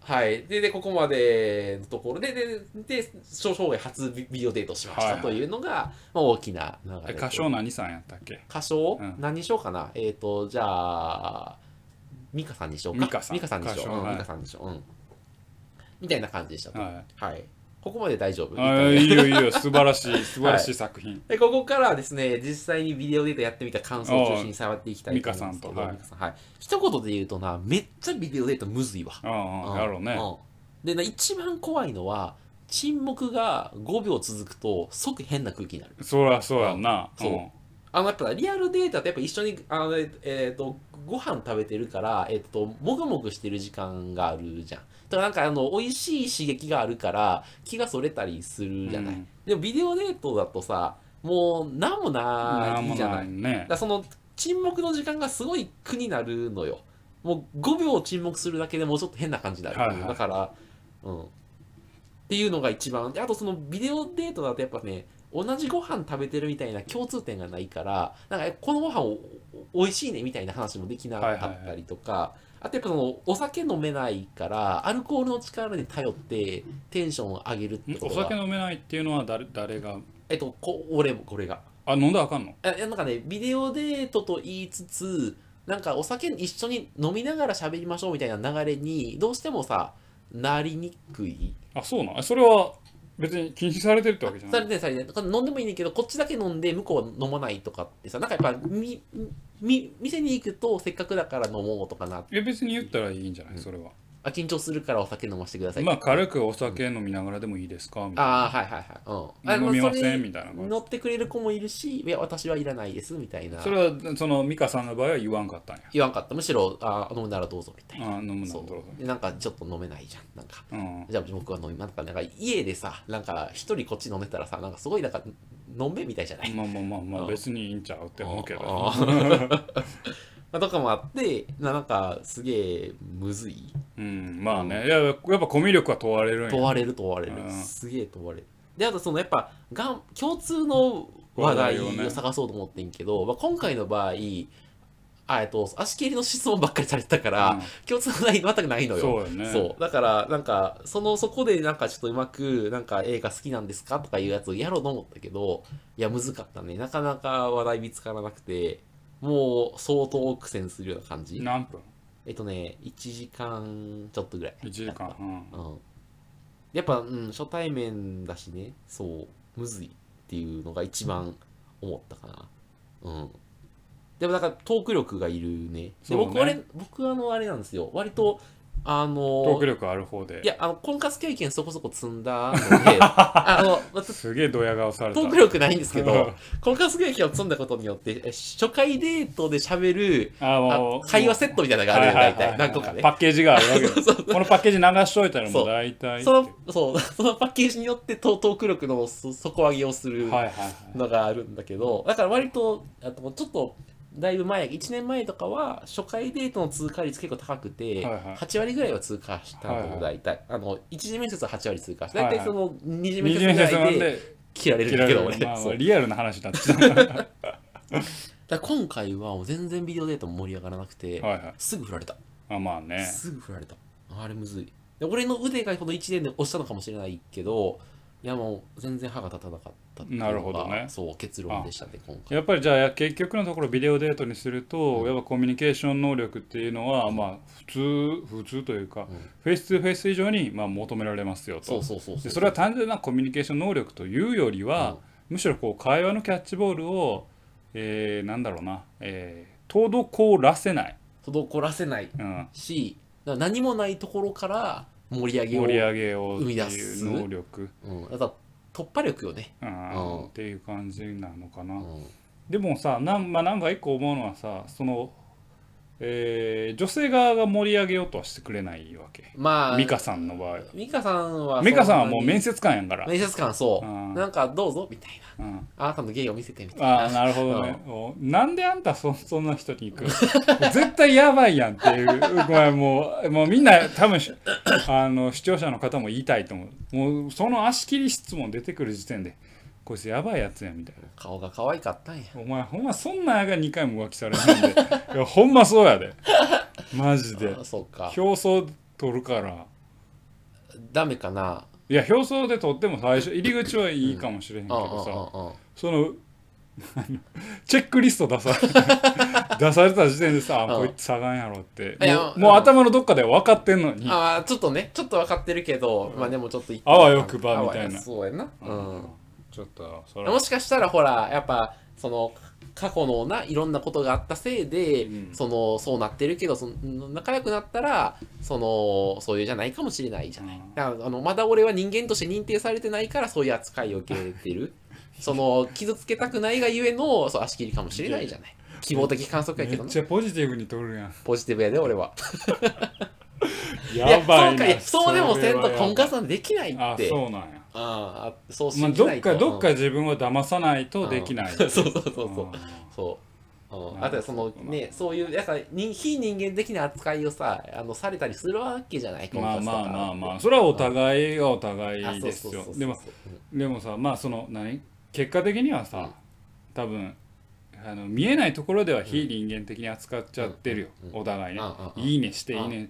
[SPEAKER 2] はい。で、で、ここまでのところで、で、で、少々初ビデオデートしまし
[SPEAKER 1] はい
[SPEAKER 2] た
[SPEAKER 1] はい
[SPEAKER 2] というのが、まあ、大きな流
[SPEAKER 1] い
[SPEAKER 2] れ。
[SPEAKER 1] 歌唱。何さんやったっけ
[SPEAKER 2] 歌唱、
[SPEAKER 1] うん
[SPEAKER 2] 何しようかなえっ、ー、と、じゃあ、ミカさんにしようか。
[SPEAKER 1] ミカさん
[SPEAKER 2] ミカさんにしよ
[SPEAKER 1] 歌
[SPEAKER 2] う。
[SPEAKER 1] 唱
[SPEAKER 2] うん
[SPEAKER 1] はい
[SPEAKER 2] ミカさんにしよう。うん。みたいな感じでしたと。
[SPEAKER 1] は
[SPEAKER 2] はい。ここまで大丈夫
[SPEAKER 1] いあいいよいいよ素晴らしい素晴らしい作品
[SPEAKER 2] でここからはですね、実際にビデオデートやってみた感想を中心に触っていきたいと思うんですけど、
[SPEAKER 1] ミカさんとはい
[SPEAKER 2] ミカさんはい。一言で言うとな、めっちゃビデオデートむずいわ。
[SPEAKER 1] ああやろうね
[SPEAKER 2] うんでな一番怖いのは沈黙が5秒続くと即変な空気になる
[SPEAKER 1] そりゃそうやんな
[SPEAKER 2] そううんあのやっぱリアルデータってやっぱ一緒にあの、えっえっとご飯食べてるから、えっともぐもぐしてる時間があるじゃんだからなんかあの美味しい刺激があるから気がそれたりするじゃない、
[SPEAKER 1] うん
[SPEAKER 2] でもビデオデートだとさもうなんも
[SPEAKER 1] なん
[SPEAKER 2] ない
[SPEAKER 1] も
[SPEAKER 2] じゃない
[SPEAKER 1] ないね
[SPEAKER 2] だからその沈黙の時間がすごい苦になるのよもう5秒沈黙するだけでもうちょっと変な感じになる、
[SPEAKER 1] はいはい
[SPEAKER 2] だからうんっていうのが一番であとそのビデオデートだとやっぱね同じご飯食べてるみたいな共通点がないからなんかえこのご飯おお美味しいねみたいな話もできなかったりとか、あとやっぱそのお酒飲めないからアルコールの力に頼ってテンションを上げるって
[SPEAKER 1] ん
[SPEAKER 2] こ
[SPEAKER 1] お
[SPEAKER 2] とが
[SPEAKER 1] 酒飲めないっていうのは誰誰が
[SPEAKER 2] えっとこ俺もこれが
[SPEAKER 1] あ飲んだらあかんの
[SPEAKER 2] あいやなんかねビデオデートと言いつつなんかお酒一緒に飲みながら喋りましょうみたいな流れにどうしてもさなりにくい
[SPEAKER 1] あそうなんそれは別に禁止されてるってわけじゃ
[SPEAKER 2] さ
[SPEAKER 1] な
[SPEAKER 2] れ
[SPEAKER 1] い
[SPEAKER 2] てされて飲んでもいいねんけどこっちだけ飲んで向こうは飲まないとかってさなんかやっぱみみ店に行くとせっかくだから飲もうとかな
[SPEAKER 1] え別に言ったらいいんじゃないそれは
[SPEAKER 2] あ緊張するからお酒飲ませてください
[SPEAKER 1] まあ軽くお酒飲みながらでもいいですかみたいな
[SPEAKER 2] ああはいはいはい、うん、あ
[SPEAKER 1] 飲みません
[SPEAKER 2] それに
[SPEAKER 1] みたいな感じ
[SPEAKER 2] 乗ってくれる子もいるしいや私はいらないですみたいな
[SPEAKER 1] それはその美香さんの場合は言わんかったんや
[SPEAKER 2] 言わんかったむしろあ飲むならどうぞみたいな
[SPEAKER 1] あ飲むの
[SPEAKER 2] そ
[SPEAKER 1] どうぞ
[SPEAKER 2] うでなんかちょっと飲めないじゃんなんか
[SPEAKER 1] うん
[SPEAKER 2] じゃあ僕は飲みなんかなんか家でさなんか一人こっち飲んでたらさなんかすごいなんか飲んべみたいじゃない、
[SPEAKER 1] まあまあまあま
[SPEAKER 2] う
[SPEAKER 1] あ
[SPEAKER 2] ん
[SPEAKER 1] 別にいいんちゃうって思うけど
[SPEAKER 2] あまあ、とかもあってななんかすげえむずい
[SPEAKER 1] うんまあねいややっぱコミュ力は問われるんや
[SPEAKER 2] 問われる問われる
[SPEAKER 1] うん
[SPEAKER 2] すげえ問われるであとそのやっぱがん共通の話題
[SPEAKER 1] 話題を
[SPEAKER 2] を
[SPEAKER 1] ね
[SPEAKER 2] 探そうと思ってんけど、まあ、今回の場合あえっと足切りの質問ばっかりされてたから、
[SPEAKER 1] うん
[SPEAKER 2] 共通の話題全くないのよ
[SPEAKER 1] そうよね
[SPEAKER 2] そうだからなんかそのそこでなんかちょっとうまくなんか映画好きなんですかとかいうやつをやろうと思ったけどいや難かったねなかなか話題見つからなくてもう相当苦戦するような感じ
[SPEAKER 1] 何分
[SPEAKER 2] えっとね1時間ちょっとぐらい
[SPEAKER 1] ?1 時間うん
[SPEAKER 2] うんやっぱ、うん、初対面だしねそうむずいっていうのが一番思ったかなうんでもなんかトーク力がいるね
[SPEAKER 1] そ
[SPEAKER 2] で
[SPEAKER 1] うね
[SPEAKER 2] 僕あれ僕あのあれなんですよ割とあの
[SPEAKER 1] トーク力ある方で
[SPEAKER 2] いや、あの、婚活経験そこそこ積んだの で、あの、私
[SPEAKER 1] すげえドヤ顔された
[SPEAKER 2] トーク力ないんですけ
[SPEAKER 1] うん
[SPEAKER 2] ど、婚活経験を積んだことによって、え初回デートで喋る
[SPEAKER 1] あ
[SPEAKER 2] あ
[SPEAKER 1] もう
[SPEAKER 2] 会話セットみたいなのがあるよ、大体。何個かね
[SPEAKER 1] パ。ッケージがあるわけよ
[SPEAKER 2] そう
[SPEAKER 1] このパッケージ流しといたらも
[SPEAKER 2] そう
[SPEAKER 1] う大体
[SPEAKER 2] その、そう、 そのパッケージによってトトーク力のそ底上げをする
[SPEAKER 1] はいはいはい
[SPEAKER 2] のがあるんだけど、だから割と、あとちょっと、だいぶ前、1年前とかは、初回デートの通過率結構高くて、
[SPEAKER 1] はいはい
[SPEAKER 2] 8割ぐらいは通過した
[SPEAKER 1] はいは
[SPEAKER 2] の、
[SPEAKER 1] い
[SPEAKER 2] 大体。あの、1次面接は8割通過して、
[SPEAKER 1] はい
[SPEAKER 2] 大
[SPEAKER 1] はい
[SPEAKER 2] 体その2次面
[SPEAKER 1] 二
[SPEAKER 2] 接
[SPEAKER 1] 次
[SPEAKER 2] ぐら
[SPEAKER 1] 面
[SPEAKER 2] い
[SPEAKER 1] 接なん
[SPEAKER 2] で
[SPEAKER 1] で
[SPEAKER 2] 切られるん
[SPEAKER 1] 切
[SPEAKER 2] だ
[SPEAKER 1] ら
[SPEAKER 2] け
[SPEAKER 1] れ
[SPEAKER 2] ど俺、
[SPEAKER 1] るまあま
[SPEAKER 2] そ
[SPEAKER 1] あ
[SPEAKER 2] う
[SPEAKER 1] リアルな話になって きたはい
[SPEAKER 2] だから今回はもう全然ビデオデートも盛り上がらなくて、
[SPEAKER 1] はい
[SPEAKER 2] すぐ振られた、
[SPEAKER 1] あまあね
[SPEAKER 2] すぐ振られたあれむずいで俺の腕がこの1年で押したのかもしれないけどいやもう全然歯が立たなかったっていうのが
[SPEAKER 1] なるほどね
[SPEAKER 2] そう結論でしたね今回
[SPEAKER 1] やっぱりじゃあ結局のところビデオデートにすると、やっぱコミュニケーション能力っていうのは、まあ普通普通というか、フェイス2フェイス以上にまあ求められますよと
[SPEAKER 2] そうそうそうう
[SPEAKER 1] でそれは単純なコミュニケーション能力というよりは、むしろこう会話のキャッチボールを、えーなんだろうな、えー、滞らせない、
[SPEAKER 2] 滞らせない
[SPEAKER 1] うん、
[SPEAKER 2] しだから何もないところから盛り上げを
[SPEAKER 1] 盛り上げをって
[SPEAKER 2] 生み出
[SPEAKER 1] い
[SPEAKER 2] す
[SPEAKER 1] う能力、
[SPEAKER 2] うん、だから突破力よね、
[SPEAKER 1] うん
[SPEAKER 2] うん
[SPEAKER 1] っていう感じなのかな。
[SPEAKER 2] うん
[SPEAKER 1] でもさなん、まあ、なんか一個思うのはさその、えー女性側が盛り上げようとはしてくれないわけ
[SPEAKER 2] まあ
[SPEAKER 1] 美香さんの場合
[SPEAKER 2] 美香さんは
[SPEAKER 1] 美香さんはもう面
[SPEAKER 2] 接
[SPEAKER 1] 接官やんから、
[SPEAKER 2] 面接官そう、
[SPEAKER 1] うん
[SPEAKER 2] なんかどうぞみたいな
[SPEAKER 1] うん、
[SPEAKER 2] あなたの芸を見せてみたい
[SPEAKER 1] あ
[SPEAKER 2] な
[SPEAKER 1] あなるほどねおなんであんたそそんな人に行く絶対やばいやんっていうごめんもうもうみんな多分しあの視聴者の方も言いたいと思うもうその足切り質問出てくる時点でこいつやばいやつやんみたいな。
[SPEAKER 2] 顔が可愛かったんや
[SPEAKER 1] お前ほんまそんなんやが2回も浮気されるんで いやほんまそうやでマジで
[SPEAKER 2] あそうか
[SPEAKER 1] 表層取るから
[SPEAKER 2] ダメかない
[SPEAKER 1] や表層で取っても最初入り口はいいかもしれへんけ
[SPEAKER 2] うんうん
[SPEAKER 1] どさ、
[SPEAKER 2] うんうん
[SPEAKER 1] そのあのチェックリスト出され た出された時点でさ、あ
[SPEAKER 2] う
[SPEAKER 1] こ
[SPEAKER 2] ん
[SPEAKER 1] いつ下がんやろって
[SPEAKER 2] いや
[SPEAKER 1] もう,、
[SPEAKER 2] うん
[SPEAKER 1] もう頭のどっかで分かってんのに
[SPEAKER 2] あまあちょっとねちょっと分かってるけどまあでもちょっと一
[SPEAKER 1] あわよくばみたいな
[SPEAKER 2] あわよそうやなうん
[SPEAKER 1] ちょっとそれは
[SPEAKER 2] もしかしたらほらやっぱその過去のないろんなことがあったせいで、
[SPEAKER 1] うん
[SPEAKER 2] そのそうなってるけどその仲良くなったらそのそういうじゃないかもしれないじゃない、
[SPEAKER 1] うん
[SPEAKER 2] だからあのまだ俺は人間として認定されてないからそういう扱いを受けて るその傷つけたくないがゆえのそう足切りかもしれないじゃない希望的観測や
[SPEAKER 1] め
[SPEAKER 2] けど
[SPEAKER 1] っ
[SPEAKER 2] な
[SPEAKER 1] ちゃポジティブに取るやん
[SPEAKER 2] ポジティブやで俺は
[SPEAKER 1] やばい
[SPEAKER 2] そう
[SPEAKER 1] な
[SPEAKER 2] かやそうでもせん
[SPEAKER 1] それ
[SPEAKER 2] と
[SPEAKER 1] はやばい
[SPEAKER 2] 婚活なんてできない
[SPEAKER 1] あ
[SPEAKER 2] って
[SPEAKER 1] そうなんや
[SPEAKER 2] ああそう
[SPEAKER 1] まあ、
[SPEAKER 2] 信じ
[SPEAKER 1] ど
[SPEAKER 2] な
[SPEAKER 1] っ
[SPEAKER 2] いと
[SPEAKER 1] かどっか自分を騙さないとできない。
[SPEAKER 2] うん そうそうそうそう
[SPEAKER 1] あー
[SPEAKER 2] そうう。
[SPEAKER 1] なんる
[SPEAKER 2] あとはその
[SPEAKER 1] ほどな
[SPEAKER 2] ね、そういう、やっぱに非人間的な扱いをさ、あのされたりするわけじゃない、婚
[SPEAKER 1] まあ
[SPEAKER 2] 活と
[SPEAKER 1] ま
[SPEAKER 2] か
[SPEAKER 1] あまあまあ、それはお互いがお
[SPEAKER 2] あ
[SPEAKER 1] 互い
[SPEAKER 2] そう
[SPEAKER 1] です
[SPEAKER 2] そうそう
[SPEAKER 1] よ
[SPEAKER 2] そう。
[SPEAKER 1] でも、でもさ、まあその、何結果的には
[SPEAKER 2] うん
[SPEAKER 1] さ、多分あの見えないところでは非人間的に扱っちゃってるよ、
[SPEAKER 2] うんうん
[SPEAKER 1] お互いね
[SPEAKER 2] うんうん。うん
[SPEAKER 1] いいねして、
[SPEAKER 2] うん
[SPEAKER 1] いいね、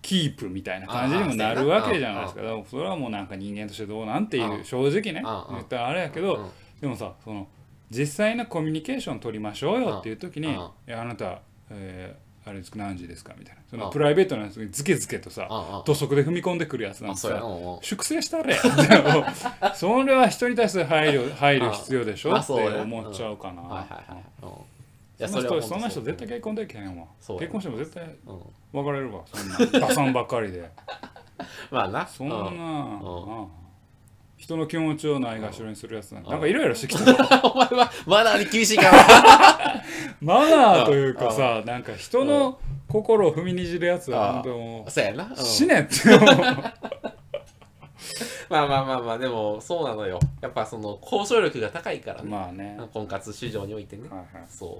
[SPEAKER 1] キープみたいな感じにもなるわけじゃないですか。でもそれはもうなんか人間としてどうなんていうう、正直ね
[SPEAKER 2] うん、うん
[SPEAKER 1] 言ったらあれやけ
[SPEAKER 2] うん、うん
[SPEAKER 1] ど、でもさその実際のコミュニケーション取りましょうよっていう時に「
[SPEAKER 2] うん
[SPEAKER 1] いやあなた、えーあれ何時ですか?」みたいなそ
[SPEAKER 2] うん
[SPEAKER 1] のプライベートなやつにズケズケとさ
[SPEAKER 2] うんうん
[SPEAKER 1] 土足で踏み込んでくるやつなん
[SPEAKER 2] あ
[SPEAKER 1] て
[SPEAKER 2] そうや
[SPEAKER 1] さ
[SPEAKER 2] な。
[SPEAKER 1] 粛清した れってそれは人に対する配慮配慮必要でしょ
[SPEAKER 2] あ
[SPEAKER 1] って
[SPEAKER 2] そうね
[SPEAKER 1] 思っちゃうか
[SPEAKER 2] はいは
[SPEAKER 1] ない
[SPEAKER 2] はいうん。や
[SPEAKER 1] そんな
[SPEAKER 2] れ
[SPEAKER 1] 人
[SPEAKER 2] は本
[SPEAKER 1] そ
[SPEAKER 2] 当
[SPEAKER 1] んな人絶対結婚できへんわ
[SPEAKER 2] そうや
[SPEAKER 1] 結婚しても絶対
[SPEAKER 2] うん
[SPEAKER 1] 別れるわそんな打算ばっかりで
[SPEAKER 2] まあな
[SPEAKER 1] そんなな
[SPEAKER 2] うん
[SPEAKER 1] あ人の気持ちをないがしろにするやつなんて
[SPEAKER 2] うん
[SPEAKER 1] なんかいろいろしてきたわ
[SPEAKER 2] お前はマナーに厳し いから
[SPEAKER 1] マナーというかさなんか人の心を踏みにじるやつは本当も
[SPEAKER 2] そうやな、うん
[SPEAKER 1] う死ねって思う
[SPEAKER 2] まあまあまあまあでもそうなのよやっぱその交渉力が高いからね、
[SPEAKER 1] まあね。
[SPEAKER 2] 婚活市場においてね、
[SPEAKER 1] は
[SPEAKER 2] そう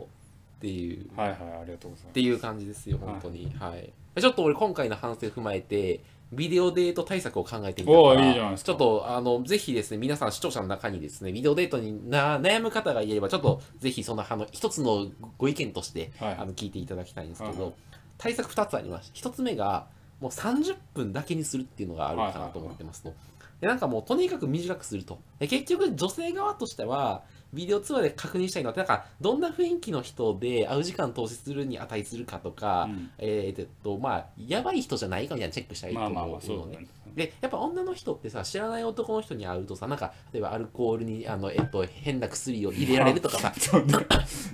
[SPEAKER 2] っていう
[SPEAKER 1] いはい。はいはい、ありがとうござい
[SPEAKER 2] っていう感じですよ、本当に。はい。ちょっと俺、今回の反省を踏まえて、ビデオデート対策を考えてみた
[SPEAKER 1] お
[SPEAKER 2] か
[SPEAKER 1] ー
[SPEAKER 2] ら、
[SPEAKER 1] いいじゃないですか
[SPEAKER 2] ちょっと、あの、ぜひですね、皆さん視聴者の中にですね、ビデオデートにな悩む方がいれば、ちょっと、ぜひその、あの、一つのご意見として、
[SPEAKER 1] はい
[SPEAKER 2] あの、聞いていただきたいんですけ
[SPEAKER 1] はいは
[SPEAKER 2] ど、対策2つあります。1つ目が、もう30分だけにするっていうのがあるかなと思ってますと。でなんかもうとにかく短くすると。で結局女性側としては、ビデオ通話で確認したいのは、なんかどんな雰囲気の人で会う時間投資するに値するかとか、
[SPEAKER 1] うん
[SPEAKER 2] えーっと、まあ、やばい人じゃないかみたいなチェックした
[SPEAKER 1] ます。
[SPEAKER 2] いと
[SPEAKER 1] まあまあ
[SPEAKER 2] 思
[SPEAKER 1] まあ、
[SPEAKER 2] う
[SPEAKER 1] そう
[SPEAKER 2] の
[SPEAKER 1] だ
[SPEAKER 2] ね
[SPEAKER 1] ね。。
[SPEAKER 2] で、やっぱ女の人ってさ、知らない男の人に会うとさ、なんか、例えばアルコールに、あの、えっと、変な薬を入れられるとかさ、
[SPEAKER 1] どんな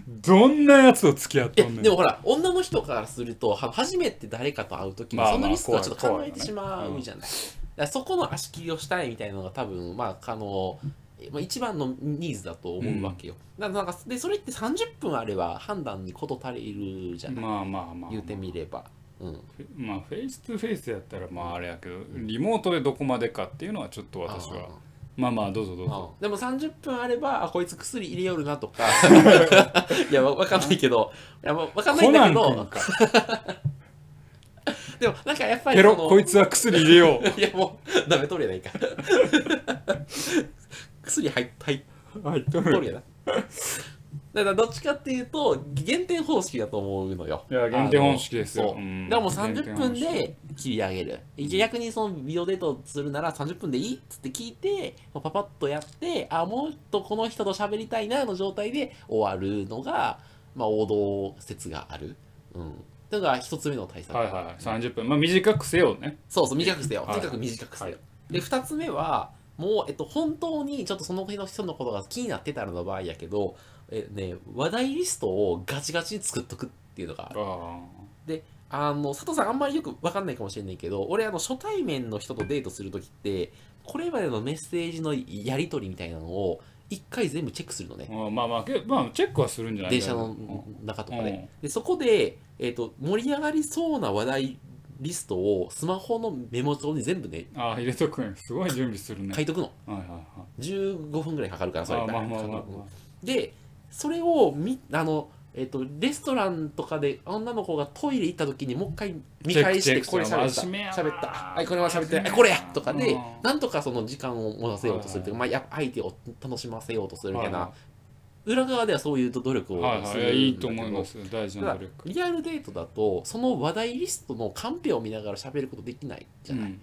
[SPEAKER 1] どんなやつと付き合っ
[SPEAKER 2] いや
[SPEAKER 1] とんねん。
[SPEAKER 2] でもほら女の人からするとは初めて誰かと会う時に
[SPEAKER 1] まあまあ
[SPEAKER 2] そのリスクはちょっと考
[SPEAKER 1] 怖い
[SPEAKER 2] えてしま
[SPEAKER 1] 怖いよねう
[SPEAKER 2] うんじゃない、だからそこの足切りをしたいみたいなのが多分まああのまあ一番のニーズだと思うわけよ、だからなんかでそれって30分あれば判断に事足りるじゃない、
[SPEAKER 1] まあまあまあ。
[SPEAKER 2] 言うてみれば、うん、
[SPEAKER 1] まあ、フェイス2フェイスやったら、まああれやけど、リモートでどこまでかっていうのはちょっと私は。まあまあ、どうぞどうぞ。
[SPEAKER 2] でも30分あればあこいつ薬入れよる なとかいやわわかんないけどいやわわかんない
[SPEAKER 1] コ
[SPEAKER 2] んだ
[SPEAKER 1] ナ
[SPEAKER 2] け
[SPEAKER 1] ン君
[SPEAKER 2] ど
[SPEAKER 1] か。
[SPEAKER 2] でもなんかやっぱり
[SPEAKER 1] ペ
[SPEAKER 2] そ
[SPEAKER 1] ロ、
[SPEAKER 2] の
[SPEAKER 1] こいつは薬入れよう。
[SPEAKER 2] いやもう、ダメ取るやないか。 薬入っ入っ
[SPEAKER 1] はい、ど
[SPEAKER 2] とるやな。だからどっちかっていうと、減点方式だと思うのよ。
[SPEAKER 1] いや減点方式ですよ
[SPEAKER 2] あのそう
[SPEAKER 1] うん
[SPEAKER 2] だからもう
[SPEAKER 1] 減
[SPEAKER 2] 30
[SPEAKER 1] 点方
[SPEAKER 2] 分
[SPEAKER 1] 式
[SPEAKER 2] で切り上げる。逆にそのビデオデートするなら30分でいいっつって聞いて、パパッとやって、あ、もっとこの人と喋りたいなの状態で終わるのが、まあ王道説がある。うん。というのが一つ目の対策。
[SPEAKER 1] はいはい、30分。まあ短くせよね。
[SPEAKER 2] そうそう、短くせよ。
[SPEAKER 1] はい
[SPEAKER 2] とにかく短くせよ。
[SPEAKER 1] は
[SPEAKER 2] で、二つ目は、もう、えっと、本当にちょっとその日の人のことが気になってたらの場合やけど、えね、話題リストをガチガチに作っとくっていうのがある。
[SPEAKER 1] あ
[SPEAKER 2] で、あの、佐藤さんあんまりよくわかんないかもしれないけど、俺、あの、初対面の人とデートするときって、これまでのメッセージのやり取りみたいなのを、一回全部チェックするのね。
[SPEAKER 1] あ。まあまあ、けまあ、チェックはするんじゃない
[SPEAKER 2] 電車
[SPEAKER 1] う
[SPEAKER 2] の
[SPEAKER 1] ん
[SPEAKER 2] 中とか
[SPEAKER 1] う
[SPEAKER 2] で
[SPEAKER 1] ん。
[SPEAKER 2] で、そこで、えっと、盛り上がりそうな話題リストを、スマホのメモ帳に全部ね、
[SPEAKER 1] ああ、入れとくん。すごい準備するね。
[SPEAKER 2] 書いとくの
[SPEAKER 1] はいはいはい。
[SPEAKER 2] 15分ぐらいかかるからそれ
[SPEAKER 1] あまあまあまあま
[SPEAKER 2] でそれをみあのえっとレストランとかで女の子がトイレ行った時にもう一回見返し
[SPEAKER 1] チェッ
[SPEAKER 2] て
[SPEAKER 1] クチェック
[SPEAKER 2] これ喋っ
[SPEAKER 1] 真面目や
[SPEAKER 2] た
[SPEAKER 1] な
[SPEAKER 2] 喋ったはいこれは喋ってないはいこれやとかでなんとかその時間を持たせようとするというか、まあ、や相手を楽しませようとするみたいな、
[SPEAKER 1] は
[SPEAKER 2] 裏側ではそういう努力をするん
[SPEAKER 1] はい
[SPEAKER 2] だ
[SPEAKER 1] は
[SPEAKER 2] け
[SPEAKER 1] い
[SPEAKER 2] ど、
[SPEAKER 1] いや、いいと思います。大事
[SPEAKER 2] た
[SPEAKER 1] な
[SPEAKER 2] だ
[SPEAKER 1] 努力。
[SPEAKER 2] リアルデートだとその話題リストのカンペを見ながら喋ることできないじゃない、
[SPEAKER 1] うん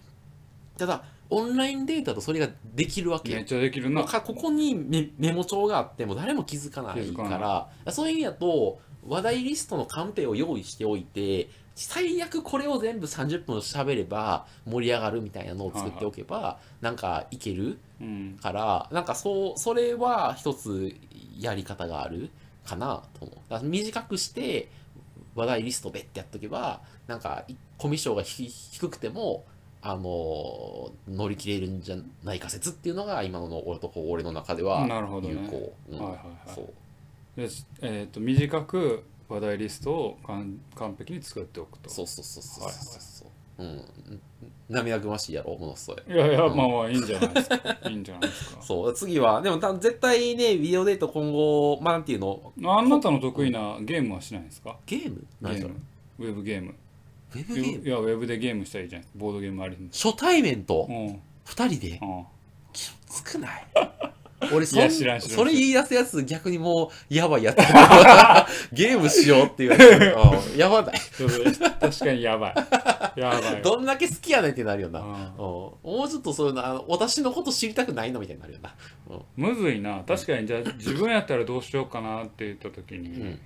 [SPEAKER 2] ただオンラインデートだとそれができるわけよ
[SPEAKER 1] めっちゃできるな。
[SPEAKER 2] かここにメメモ帳があっても誰も気づかない
[SPEAKER 1] 気づ
[SPEAKER 2] か
[SPEAKER 1] からない
[SPEAKER 2] そういう意味だと話題リストのカンペを用意しておいて最悪これを全部30分喋れば盛り上がるみたいなのを作っておけば、なんかいける
[SPEAKER 1] うん。
[SPEAKER 2] からなんかそうそれは一つやり方があるかなと思うだから短くして話題リストべってやっとけばなんかいコミュ障がひ低くてもあの乗り切れるんじゃないか説っていうのが今の男俺の中では
[SPEAKER 1] なるほど
[SPEAKER 2] 有
[SPEAKER 1] ね。
[SPEAKER 2] 効、うん
[SPEAKER 1] はいはいはい
[SPEAKER 2] そう
[SPEAKER 1] でえっと、短く話題リストを完完璧に作っておくと。
[SPEAKER 2] そうそうそうそうそう、うん涙ぐましいやろものすごい
[SPEAKER 1] いやいや、まあまあ、いいんじゃないです か。いいんじゃないですか。
[SPEAKER 2] そう次はでもた絶対ねビデオデート今後まあなんていうの
[SPEAKER 1] あなたの得意なゲームはしないんですか
[SPEAKER 2] ゲーム
[SPEAKER 1] ゲ
[SPEAKER 2] 何そ
[SPEAKER 1] ー
[SPEAKER 2] れ
[SPEAKER 1] ム。ウェブゲーム。
[SPEAKER 2] ウェブゲーム
[SPEAKER 1] いや、ウェブでゲームしたらいいじゃないですか。ボードゲームあります。
[SPEAKER 2] 初対面と
[SPEAKER 1] うん。うん
[SPEAKER 2] 2人で少ない俺そ
[SPEAKER 1] い
[SPEAKER 2] ん
[SPEAKER 1] や知らん知らん
[SPEAKER 2] それ言い出すやつ逆にもうやばいやつ ゲームしようって言われてうんやばない
[SPEAKER 1] それ確かにやばい。やばいわ。
[SPEAKER 2] どんだけ好きやねんってなるよな、
[SPEAKER 1] う
[SPEAKER 2] うんんもうちょっとそういうのあの私のこと知りたくないのみたいになるよな、うん
[SPEAKER 1] むずいな確かにじゃあ自分やったらどうしようかなって言った時に、
[SPEAKER 2] うん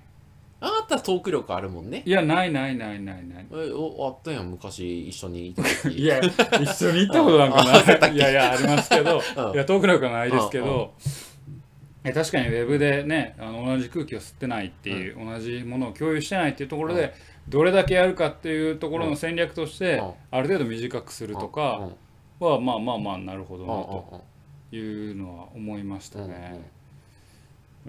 [SPEAKER 2] あなたトーク力あるもんね
[SPEAKER 1] いやないないないないない
[SPEAKER 2] えおあったやん昔一緒にいた
[SPEAKER 1] い
[SPEAKER 2] 時
[SPEAKER 1] や一 緒に行ったことなんかないいやいやありますけど、
[SPEAKER 2] うん
[SPEAKER 1] いや遠くなんかないですけど、え確かにウェブでねあの同じ空気を吸ってないっていう、同じものを共有してないっていうところで、
[SPEAKER 2] うん
[SPEAKER 1] どれだけやるかっていうところの戦略として、
[SPEAKER 2] うん
[SPEAKER 1] ある程度短くすると
[SPEAKER 2] うんうん
[SPEAKER 1] かは、まあまあまあなるほどな
[SPEAKER 2] うんうん
[SPEAKER 1] というのは思いましたね。
[SPEAKER 2] う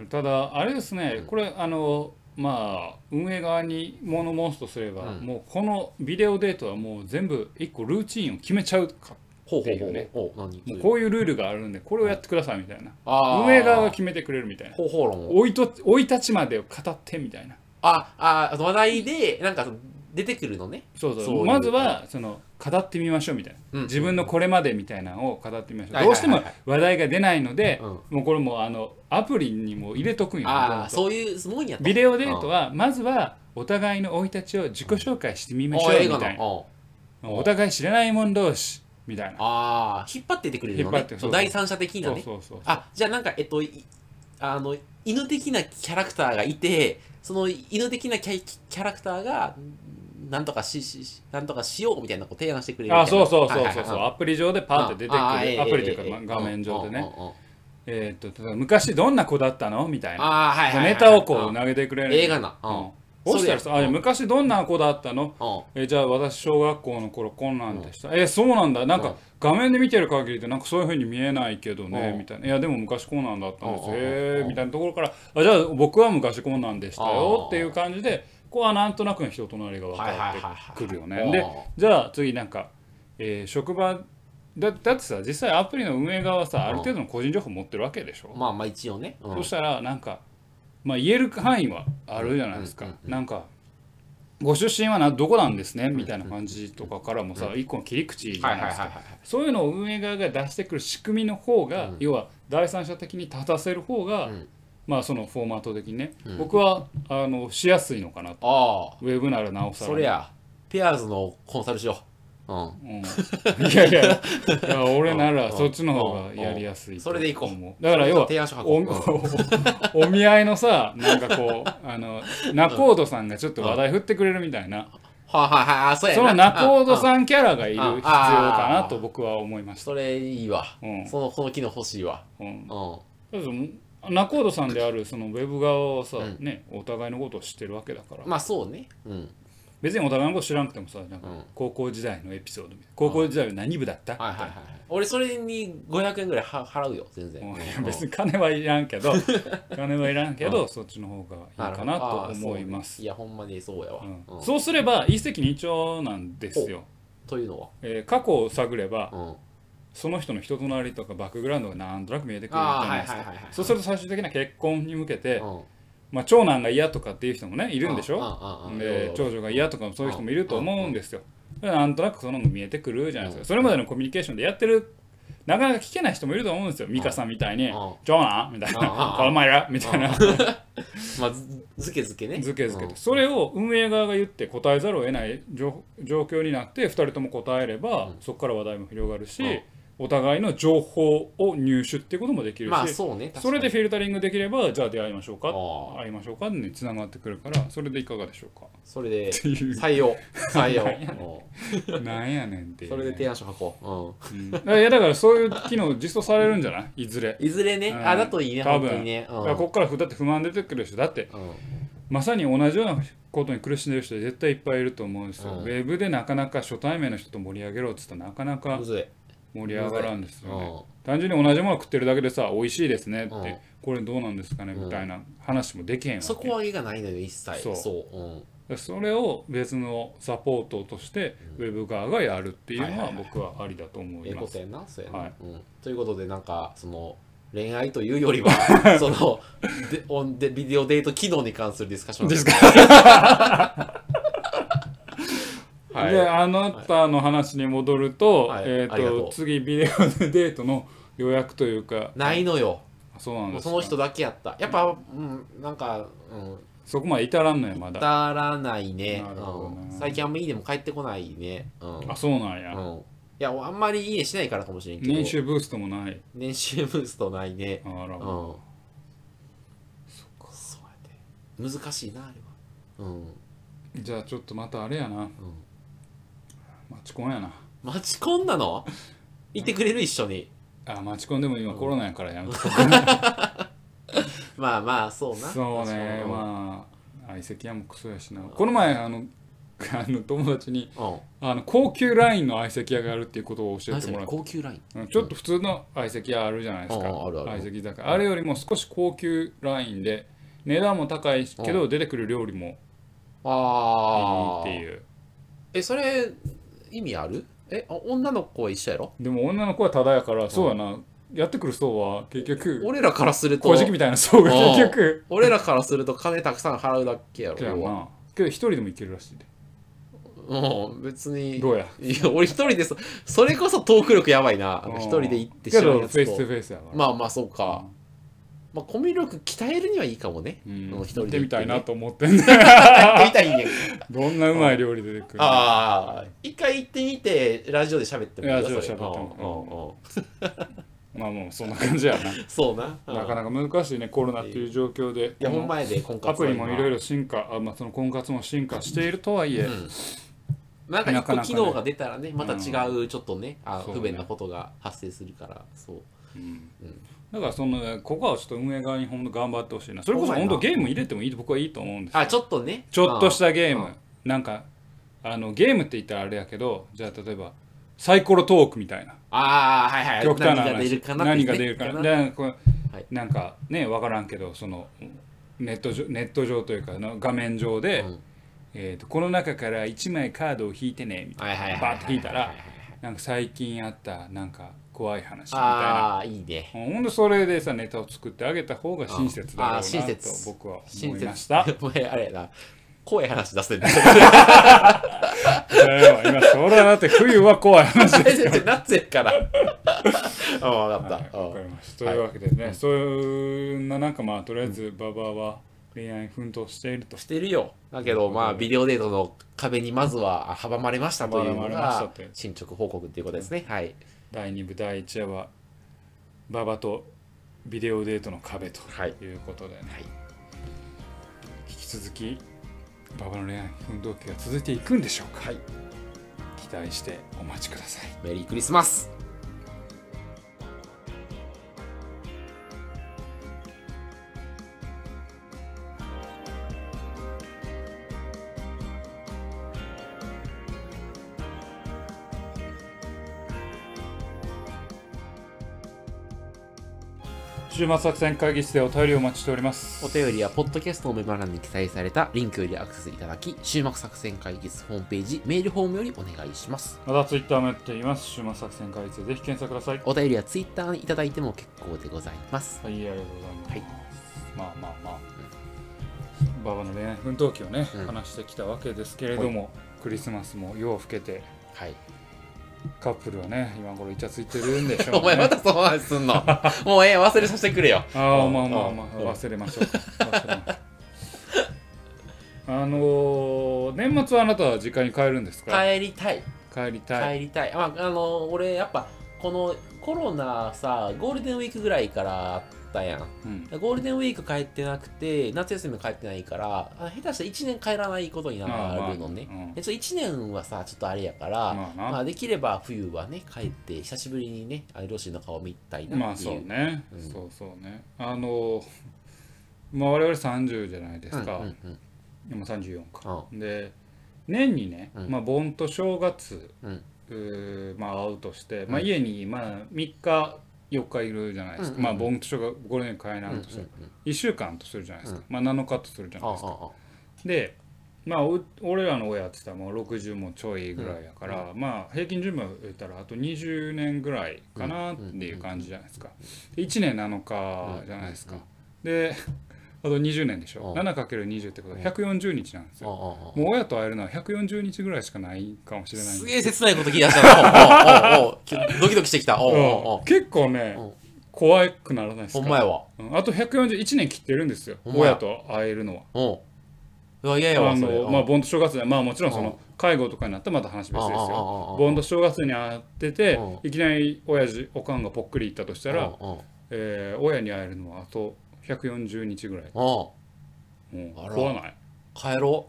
[SPEAKER 1] ただあれですね、
[SPEAKER 2] うん
[SPEAKER 1] これあのまあ運営側に物申すとすれば、
[SPEAKER 2] うん
[SPEAKER 1] もうこのビデオデートはもう全部一個ルーチンを決めちゃうか
[SPEAKER 2] ほう
[SPEAKER 1] っていうね
[SPEAKER 2] ほうほうほう何
[SPEAKER 1] もうこういうルールがあるんでこれをやってくださいみたいな、
[SPEAKER 2] あー
[SPEAKER 1] 運営側が決めてくれるみたいな
[SPEAKER 2] 方法論を
[SPEAKER 1] 生いと生い立ちまでを語ってみたいな
[SPEAKER 2] ああ話題でなんか出てくるのね
[SPEAKER 1] そうそう
[SPEAKER 2] そういう
[SPEAKER 1] まずはその語ってみましょうみたいな、
[SPEAKER 2] うん
[SPEAKER 1] 自分のこれまでみたいなのを語ってみましょう、
[SPEAKER 2] はい
[SPEAKER 1] どう
[SPEAKER 2] はい
[SPEAKER 1] して
[SPEAKER 2] はいは
[SPEAKER 1] も
[SPEAKER 2] い
[SPEAKER 1] 話題が出ないので、
[SPEAKER 2] うん
[SPEAKER 1] もうこれもうあのアプリにも入れとくんよ
[SPEAKER 2] ああ
[SPEAKER 1] そう
[SPEAKER 2] そういうもんやと
[SPEAKER 1] ビデオデートはまずはお互いの生い立ちを自己紹介してみましょ
[SPEAKER 2] あ
[SPEAKER 1] う
[SPEAKER 2] 映
[SPEAKER 1] み
[SPEAKER 2] 画
[SPEAKER 1] たいな
[SPEAKER 2] のうん
[SPEAKER 1] お互い知らない者同士みたいな
[SPEAKER 2] ああー引っ張っててくれるの
[SPEAKER 1] 引っ張
[SPEAKER 2] ね
[SPEAKER 1] って
[SPEAKER 2] そ
[SPEAKER 1] そう
[SPEAKER 2] う第三者的な
[SPEAKER 1] そう
[SPEAKER 2] ね
[SPEAKER 1] そうそう
[SPEAKER 2] あじゃあなんかえっといあの犬的なキャラクターがいてその犬的なキャキャラクターがなんとかしししなんとかしようみたいなことを提案してくれるみたい
[SPEAKER 1] あ
[SPEAKER 2] な
[SPEAKER 1] そうそうそう
[SPEAKER 2] はい
[SPEAKER 1] そうそう
[SPEAKER 2] はいはい
[SPEAKER 1] アプリ上でパーって出てくる
[SPEAKER 2] あ
[SPEAKER 1] ア
[SPEAKER 2] ーええ
[SPEAKER 1] プリというか
[SPEAKER 2] ええ
[SPEAKER 1] まあ画面上で
[SPEAKER 2] うんうん
[SPEAKER 1] ね
[SPEAKER 2] うんうん
[SPEAKER 1] えーっと昔どんな子だったのみたいな
[SPEAKER 2] ああはいはいはい
[SPEAKER 1] ネタをこう投げてくれる
[SPEAKER 2] 映画なう
[SPEAKER 1] うんんそしたらさあじ
[SPEAKER 2] それ
[SPEAKER 1] ゃあ昔どんな子だったの
[SPEAKER 2] うん
[SPEAKER 1] えじゃあ私小学校の頃こんなんでしたえそうなんだなん
[SPEAKER 2] う
[SPEAKER 1] か
[SPEAKER 2] ん
[SPEAKER 1] 画面で見てる限りでなんかそういうふうに見えないけど
[SPEAKER 2] う
[SPEAKER 1] ね
[SPEAKER 2] ん
[SPEAKER 1] みたいないやでも昔こうなんだったんです
[SPEAKER 2] うん
[SPEAKER 1] へ
[SPEAKER 2] うんうん
[SPEAKER 1] えみたいなところからあじゃあ僕は昔こうなんでした
[SPEAKER 2] うん
[SPEAKER 1] よっていう感じでこうはなんとなくの人となりが分かってくるよ
[SPEAKER 2] はい
[SPEAKER 1] ね
[SPEAKER 2] はいはい
[SPEAKER 1] で
[SPEAKER 2] はい
[SPEAKER 1] じゃあ次なんかえー職場だだってさ実際アプリの運営側はさある程度の個人情報持ってるわけでしょ
[SPEAKER 2] まあまあ一応ね、うん
[SPEAKER 1] そしたらなんか、まあ、言える範囲はあるじゃないですか、
[SPEAKER 2] うんうん
[SPEAKER 1] なんかご出身はなどこなんですねみたいな感じとかからもさ、一個の切り口じゃないですか、
[SPEAKER 2] はい
[SPEAKER 1] そういうのを運営側が出してくる仕組みの方が、
[SPEAKER 2] うん
[SPEAKER 1] 要は第三者的に立たせる方が、
[SPEAKER 2] うん
[SPEAKER 1] まあそのフォーマット的にね、
[SPEAKER 2] うん
[SPEAKER 1] 僕はあのしやすいのかなと
[SPEAKER 2] ああ
[SPEAKER 1] ウェブならなおさら
[SPEAKER 2] そりゃペアーズのコンサルしよう、うん、
[SPEAKER 1] うんいやいやいや俺なら
[SPEAKER 2] うん
[SPEAKER 1] そっちの方がやりやすいと思
[SPEAKER 2] うんそれでいこう
[SPEAKER 1] だから要は
[SPEAKER 2] 提案書
[SPEAKER 1] お
[SPEAKER 2] 箱
[SPEAKER 1] お お見合いのさなんかこ うあのナコードさんがちょっと話題振ってくれるみたいな
[SPEAKER 2] はいはいはいあそうやな
[SPEAKER 1] そのナコード
[SPEAKER 2] ん
[SPEAKER 1] さんキャラがいる
[SPEAKER 2] うん
[SPEAKER 1] 必要かなと僕は思いました、
[SPEAKER 2] それいいわ、
[SPEAKER 1] うん
[SPEAKER 2] そのこの機能欲しいわ、
[SPEAKER 1] うん、
[SPEAKER 2] うん、
[SPEAKER 1] だけどナコードさんであるそのウェブ側はさ、
[SPEAKER 2] うん
[SPEAKER 1] ねお互いのことを知ってるわけだから
[SPEAKER 2] まあそうねうん
[SPEAKER 1] 別にお互いのこと知らなくてもさなんか
[SPEAKER 2] うん
[SPEAKER 1] 高校時代のエピソードみたいな高校時代は何部だった、
[SPEAKER 2] はいはいはい俺それに500円ぐらいは払うよ全然、
[SPEAKER 1] もういや
[SPEAKER 2] うん
[SPEAKER 1] 別に金はいらんけ ど金はいらんけどそっちの方がいいかなと思いま
[SPEAKER 2] ああそうね
[SPEAKER 1] す
[SPEAKER 2] いやほんまにそうやわ、
[SPEAKER 1] うん
[SPEAKER 2] うん
[SPEAKER 1] そうすれば一石二鳥なんですよ、
[SPEAKER 2] というのは、
[SPEAKER 1] えー過去を探れば
[SPEAKER 2] うん、
[SPEAKER 1] その人の人となりとかバックグラウンドがなんとなく見えてくるじ
[SPEAKER 2] ああ
[SPEAKER 1] ゃな
[SPEAKER 2] はい
[SPEAKER 1] で
[SPEAKER 2] いはい
[SPEAKER 1] すか
[SPEAKER 2] はいはい
[SPEAKER 1] そうすると最終的な結婚に向けて、
[SPEAKER 2] うん
[SPEAKER 1] まあ、長男が嫌とかっていう人もねい
[SPEAKER 2] い
[SPEAKER 1] るんでしょ、で長女が嫌とかもそういう人もいると思うんですよでなんとなくそのの見えてくるじゃないです
[SPEAKER 2] う
[SPEAKER 1] か
[SPEAKER 2] ん
[SPEAKER 1] それまでのコミュニケーションでやってるなかなか聞けない人もいると思うんですよ美香さんみたいに
[SPEAKER 2] うん
[SPEAKER 1] 「長男?」みたいな
[SPEAKER 2] うんうんうん
[SPEAKER 1] 「 この前ら?」みたいな
[SPEAKER 2] まあずずけずけね
[SPEAKER 1] ずけずけと、
[SPEAKER 2] うん
[SPEAKER 1] それを運営側が言って答えざるを得ない状状況になって2人とも答えれば、
[SPEAKER 2] うん
[SPEAKER 1] そこから話題も広がるし、
[SPEAKER 2] うん
[SPEAKER 1] お互いの情報を入手っていうこともできるし、
[SPEAKER 2] まあそうね
[SPEAKER 1] それでフィルタリングできればじゃあ出会いましょうか
[SPEAKER 2] ああ
[SPEAKER 1] 会いましょうかにつながってくるからそれでいかがでしょ うか
[SPEAKER 2] それで
[SPEAKER 1] っていう
[SPEAKER 2] 採用採 用
[SPEAKER 1] なんやな
[SPEAKER 2] う
[SPEAKER 1] んやねんって
[SPEAKER 2] ん
[SPEAKER 1] いう
[SPEAKER 2] そ
[SPEAKER 1] ね、
[SPEAKER 2] れで提案書箱こう
[SPEAKER 1] うんだからいやだからそういう機能実装されるんじゃないいずれ、
[SPEAKER 2] うんいずれね
[SPEAKER 1] うん
[SPEAKER 2] あだといいね
[SPEAKER 1] 多分
[SPEAKER 2] 本当にねう
[SPEAKER 1] だ
[SPEAKER 2] ん
[SPEAKER 1] からここからだって不満出てくる人だって
[SPEAKER 2] うん
[SPEAKER 1] まさに同じようなことに苦しんでる人絶対いっぱいいると思うんですよ、
[SPEAKER 2] うん
[SPEAKER 1] ウェブでなかなか初対面の人と盛り上げろっつったらなかなか
[SPEAKER 2] むずい
[SPEAKER 1] 盛り上がらんですよね
[SPEAKER 2] うん
[SPEAKER 1] 単純に同じもの食ってるだけでさ美味しいですねって、
[SPEAKER 2] うん
[SPEAKER 1] これどうなんですかね
[SPEAKER 2] うん
[SPEAKER 1] みたいな話もできへんわけ、
[SPEAKER 2] そこ上げがないのよ一切
[SPEAKER 1] そう
[SPEAKER 2] そううん
[SPEAKER 1] それを別のサポートとしてウェブ側がやるっていうのは僕はありだと思
[SPEAKER 2] え
[SPEAKER 1] い
[SPEAKER 2] えこ
[SPEAKER 1] ま
[SPEAKER 2] と
[SPEAKER 1] す、
[SPEAKER 2] やんなそうや
[SPEAKER 1] は
[SPEAKER 2] ないうんということでなんかその恋愛というよりは そのでオンでビデオデート機能に関するディスカッション
[SPEAKER 1] ですか
[SPEAKER 2] はい
[SPEAKER 1] であなたの話に戻ると,、
[SPEAKER 2] はい
[SPEAKER 1] え
[SPEAKER 2] ありがと
[SPEAKER 1] ー、
[SPEAKER 2] う
[SPEAKER 1] と次ビデオデートの予約というか
[SPEAKER 2] ないのよ
[SPEAKER 1] そうなん
[SPEAKER 2] も
[SPEAKER 1] で
[SPEAKER 2] う
[SPEAKER 1] すか
[SPEAKER 2] その人だけやったやっぱうんなんかうん
[SPEAKER 1] そこまで至らんのやまだ
[SPEAKER 2] 至らないね
[SPEAKER 1] なるほどね
[SPEAKER 2] うん、最近あんまいいねも帰ってこないね、うん
[SPEAKER 1] あそうなんや、
[SPEAKER 2] うん、いやあんまりいいねしないからかもしれんけど
[SPEAKER 1] 年収ブーストもない
[SPEAKER 2] 年収ブーストないね
[SPEAKER 1] あら、
[SPEAKER 2] うんそっかそうやって難しいなあれはうん、うん、
[SPEAKER 1] じゃあちょっとまたあれやな待ち込んやな
[SPEAKER 2] 待ち込んだのいてくれる一緒に
[SPEAKER 1] あ待ち込んでも今コロナやからやめとこう
[SPEAKER 2] まあまあ、そうな。
[SPEAKER 1] そうね
[SPEAKER 2] あ。
[SPEAKER 1] まあ相席屋もクソやしなこの前あの あの友達に
[SPEAKER 2] うん。
[SPEAKER 1] あの高級ラインの相席屋があるっていうことを教え
[SPEAKER 2] 何
[SPEAKER 1] て
[SPEAKER 2] そ
[SPEAKER 1] も
[SPEAKER 2] れ
[SPEAKER 1] らっ
[SPEAKER 2] 高級ライン。
[SPEAKER 1] うんちょっと普通の相席屋あるじゃないですか。
[SPEAKER 2] あああるある
[SPEAKER 1] 相席だから。あれよりも少し高級ラインで、値段も高いけど、出てくる料理も
[SPEAKER 2] ああ。
[SPEAKER 1] いいっていう。
[SPEAKER 2] え、それ、意味あるえ、あ女の子は一緒やろ
[SPEAKER 1] でも女の子はただやから、そうやな。やってくる層は結局、
[SPEAKER 2] 俺らからすると
[SPEAKER 1] 小、じみたいな層が結局。
[SPEAKER 2] 俺らからすると金たくさん払うだけやろ。
[SPEAKER 1] じゃあ
[SPEAKER 2] 要は
[SPEAKER 1] な。けど一人でもいけるらしいで。
[SPEAKER 2] うん、別に。
[SPEAKER 1] どうや。
[SPEAKER 2] いや、俺一人です。それこそトーク力やばいな。
[SPEAKER 1] う
[SPEAKER 2] あの
[SPEAKER 1] ん
[SPEAKER 2] 一人で行ってし
[SPEAKER 1] け
[SPEAKER 2] まう
[SPEAKER 1] ど、フェ
[SPEAKER 2] やつ
[SPEAKER 1] イス
[SPEAKER 2] と
[SPEAKER 1] トゥフェイスやから。
[SPEAKER 2] まあまあ、そうか。まあ、コミュ力鍛えるにはいいかもね。
[SPEAKER 1] う
[SPEAKER 2] あ
[SPEAKER 1] ん、
[SPEAKER 2] の
[SPEAKER 1] 行
[SPEAKER 2] 一人
[SPEAKER 1] っ
[SPEAKER 2] で
[SPEAKER 1] て
[SPEAKER 2] 行
[SPEAKER 1] み
[SPEAKER 2] って
[SPEAKER 1] た
[SPEAKER 2] ね
[SPEAKER 1] い なと思ってん ね
[SPEAKER 2] やりたいんやけど。
[SPEAKER 1] どんなうまい料理出てくるの
[SPEAKER 2] ああ、一回行ってみて、ラジオで喋ってもいいよ
[SPEAKER 1] ラジオで
[SPEAKER 2] それ
[SPEAKER 1] 喋っても
[SPEAKER 2] うんうんうん
[SPEAKER 1] まあもうそんな感じやな。
[SPEAKER 2] そうな。うん
[SPEAKER 1] なかなか難しいね、コロナっていう状況で。
[SPEAKER 2] いや、ほんまやで、婚活は
[SPEAKER 1] アプリもいろい
[SPEAKER 2] 今
[SPEAKER 1] ろ進化、あまあ、その婚活も進化しているとはいえ、
[SPEAKER 2] うんなんか
[SPEAKER 1] な
[SPEAKER 2] 一
[SPEAKER 1] か
[SPEAKER 2] 個
[SPEAKER 1] なかね
[SPEAKER 2] 機能が出たらね、また違う、ちょっとね、あ
[SPEAKER 1] そうね
[SPEAKER 2] 不便なことが発生するから、そう。
[SPEAKER 1] うんだからそのここはちょっと運営側に本当頑張ってほしいなそれこそ
[SPEAKER 2] ほんまや
[SPEAKER 1] 本
[SPEAKER 2] な
[SPEAKER 1] 当ゲーム入れてもいい僕はいいと思うんですよ
[SPEAKER 2] あ、ちょっとね。
[SPEAKER 1] ちょっとし
[SPEAKER 2] うん
[SPEAKER 1] たゲームなんかあのゲームって言ったらあれやけどじゃあ例えばサイコロトークみたいな
[SPEAKER 2] ああ、はいはい。
[SPEAKER 1] 極端な
[SPEAKER 2] 何が
[SPEAKER 1] 話
[SPEAKER 2] 出るかなって
[SPEAKER 1] 何が出るかな
[SPEAKER 2] ね
[SPEAKER 1] でこう
[SPEAKER 2] はい
[SPEAKER 1] なんかね分からんけどそのネット上ネット上というかの画面上で、
[SPEAKER 2] うん
[SPEAKER 1] えーとこの中から1枚カードを引いてねみた
[SPEAKER 2] はいいはい
[SPEAKER 1] な
[SPEAKER 2] は。
[SPEAKER 1] いバーッと引いた
[SPEAKER 2] はは
[SPEAKER 1] ら
[SPEAKER 2] は
[SPEAKER 1] なんか最近あったなんか怖い話みたいな
[SPEAKER 2] ああ、いいね。
[SPEAKER 1] ほんでそれでさネタを作ってあげた方が親切だろう
[SPEAKER 2] あ
[SPEAKER 1] な
[SPEAKER 2] あ
[SPEAKER 1] と
[SPEAKER 2] 親切
[SPEAKER 1] 僕は
[SPEAKER 2] 親
[SPEAKER 1] 思い
[SPEAKER 2] 切
[SPEAKER 1] ました。
[SPEAKER 2] お前、あれやな。怖い話出せ る。
[SPEAKER 1] だよ今それはだって冬は怖い話。
[SPEAKER 2] 大先生、夏や から。あ、わかった。
[SPEAKER 1] わか
[SPEAKER 2] うん
[SPEAKER 1] りました。というわけでね、そういうななんかまあとりあえずババアは恋愛に奮闘していると。
[SPEAKER 2] してるよ。だけど、まあ、ビデオデートの壁にまずはあ阻まれましたというの
[SPEAKER 1] 阻まれました
[SPEAKER 2] が
[SPEAKER 1] という、
[SPEAKER 2] 進捗報告ということですね。はい。
[SPEAKER 1] 第2部第1話はババとビデオデートの壁と
[SPEAKER 2] はい
[SPEAKER 1] いうことでね、
[SPEAKER 2] はい
[SPEAKER 1] 引き続きババの恋愛奮闘記が続いていくんでしょうか、期待してお待ちください。
[SPEAKER 2] メリークリスマス
[SPEAKER 1] 週末作戦会議室でお便りをお待ちしております。
[SPEAKER 2] お便りは、ポッドキャストのメモ欄に記載されたリンクよりアクセスいただき、終幕作戦会議室ホームページ、メールフォームよりお願いします。
[SPEAKER 1] またツイッターもやっています。週末作戦会議室でぜひ検索ください。
[SPEAKER 2] お便りはツイッターにいただいても結構でございます。
[SPEAKER 1] はい、ありがとうございます。
[SPEAKER 2] はい
[SPEAKER 1] まあまあまあ、ババの恋愛奮闘記をね、
[SPEAKER 2] うん
[SPEAKER 1] 話してきたわけですけれども、クリスマスも夜を更けて、
[SPEAKER 2] はい。
[SPEAKER 1] カップルはね、今頃イチャついてるんでしょう、ね。
[SPEAKER 2] お前またその話すんの もうええ、忘れさせてくれよ。
[SPEAKER 1] あ
[SPEAKER 2] う
[SPEAKER 1] あ、
[SPEAKER 2] ん
[SPEAKER 1] まあまあまあ、
[SPEAKER 2] うん
[SPEAKER 1] 忘れましょう。忘れましょうあのー、年末はあなたは実家に帰るんですか、
[SPEAKER 2] 帰りたい。
[SPEAKER 1] 帰りたい。
[SPEAKER 2] 帰りたい。まあ、あの、俺、やっぱ、このコロナさ、ゴールデンウィークぐらいからあったやん。
[SPEAKER 1] うん、
[SPEAKER 2] ゴールデンウィーク帰ってなくて、夏休みも帰ってないから、あ下手したら1年帰らないことになるのね
[SPEAKER 1] まあまあうん。
[SPEAKER 2] で、ちょ1年はさ、ちょっとあれやから、
[SPEAKER 1] まあな
[SPEAKER 2] まあ、できれば冬はね、帰って、久しぶりにね、あの両親の顔見たい
[SPEAKER 1] ま
[SPEAKER 2] な
[SPEAKER 1] あ
[SPEAKER 2] ってい
[SPEAKER 1] そう
[SPEAKER 2] う。
[SPEAKER 1] ね、
[SPEAKER 2] うん
[SPEAKER 1] そうそうねあのまあ我々30じゃないですか、
[SPEAKER 2] うんうんうん
[SPEAKER 1] 今34か、
[SPEAKER 2] う
[SPEAKER 1] で年にね、
[SPEAKER 2] うん
[SPEAKER 1] まあ盆と正月、
[SPEAKER 2] うん
[SPEAKER 1] うーまあ会うとして、まあ
[SPEAKER 2] うん
[SPEAKER 1] 家にまあ3日4日いるじゃないですか、
[SPEAKER 2] うんうん
[SPEAKER 1] まあ盆と正月ゴールデンウィーク会な
[SPEAKER 2] うんん
[SPEAKER 1] として、1週間とするじゃないですか、まあ7日とするじゃ
[SPEAKER 2] あ
[SPEAKER 1] ない
[SPEAKER 2] あ
[SPEAKER 1] ですか、
[SPEAKER 2] あ
[SPEAKER 1] でまあう俺らの親って言ったらもう60もちょいぐらいやから、まあ平均寿命言ったらあと20年ぐらいかなっていう感じじゃないですか、で1年7日じゃないですか、
[SPEAKER 2] うん
[SPEAKER 1] であと20年でしょ、
[SPEAKER 2] うん
[SPEAKER 1] 7×20 ってことは140日なんです
[SPEAKER 2] ああ
[SPEAKER 1] よ、
[SPEAKER 2] あ
[SPEAKER 1] もう親と会えるのは140日ぐらいしかないかもしれない
[SPEAKER 2] すげえ切ないこと聞い出したな。おうおうおうきドキドキしてきた。おうおうお
[SPEAKER 1] うん
[SPEAKER 2] う
[SPEAKER 1] 結構ね
[SPEAKER 2] うん
[SPEAKER 1] 怖くならないです
[SPEAKER 2] ほ
[SPEAKER 1] か
[SPEAKER 2] んまやわ。
[SPEAKER 1] うんあと141年切ってるんですよ
[SPEAKER 2] ほんまや
[SPEAKER 1] 親と会えるのは
[SPEAKER 2] おううわ、嫌や
[SPEAKER 1] あ
[SPEAKER 2] わ、それ。
[SPEAKER 1] の
[SPEAKER 2] うん
[SPEAKER 1] まあ盆と正月でまあもちろんそうの介護とかになったらまた話別ですよ
[SPEAKER 2] ボ
[SPEAKER 1] 盆と正月に会ってて
[SPEAKER 2] う
[SPEAKER 1] いきなり親父おかんがぽっくり行ったとしたら、
[SPEAKER 2] うんうん
[SPEAKER 1] えー親に会えるのはあと140日ぐらい
[SPEAKER 2] うん
[SPEAKER 1] も
[SPEAKER 2] あ
[SPEAKER 1] う
[SPEAKER 2] ら
[SPEAKER 1] 怖ない
[SPEAKER 2] 帰ろ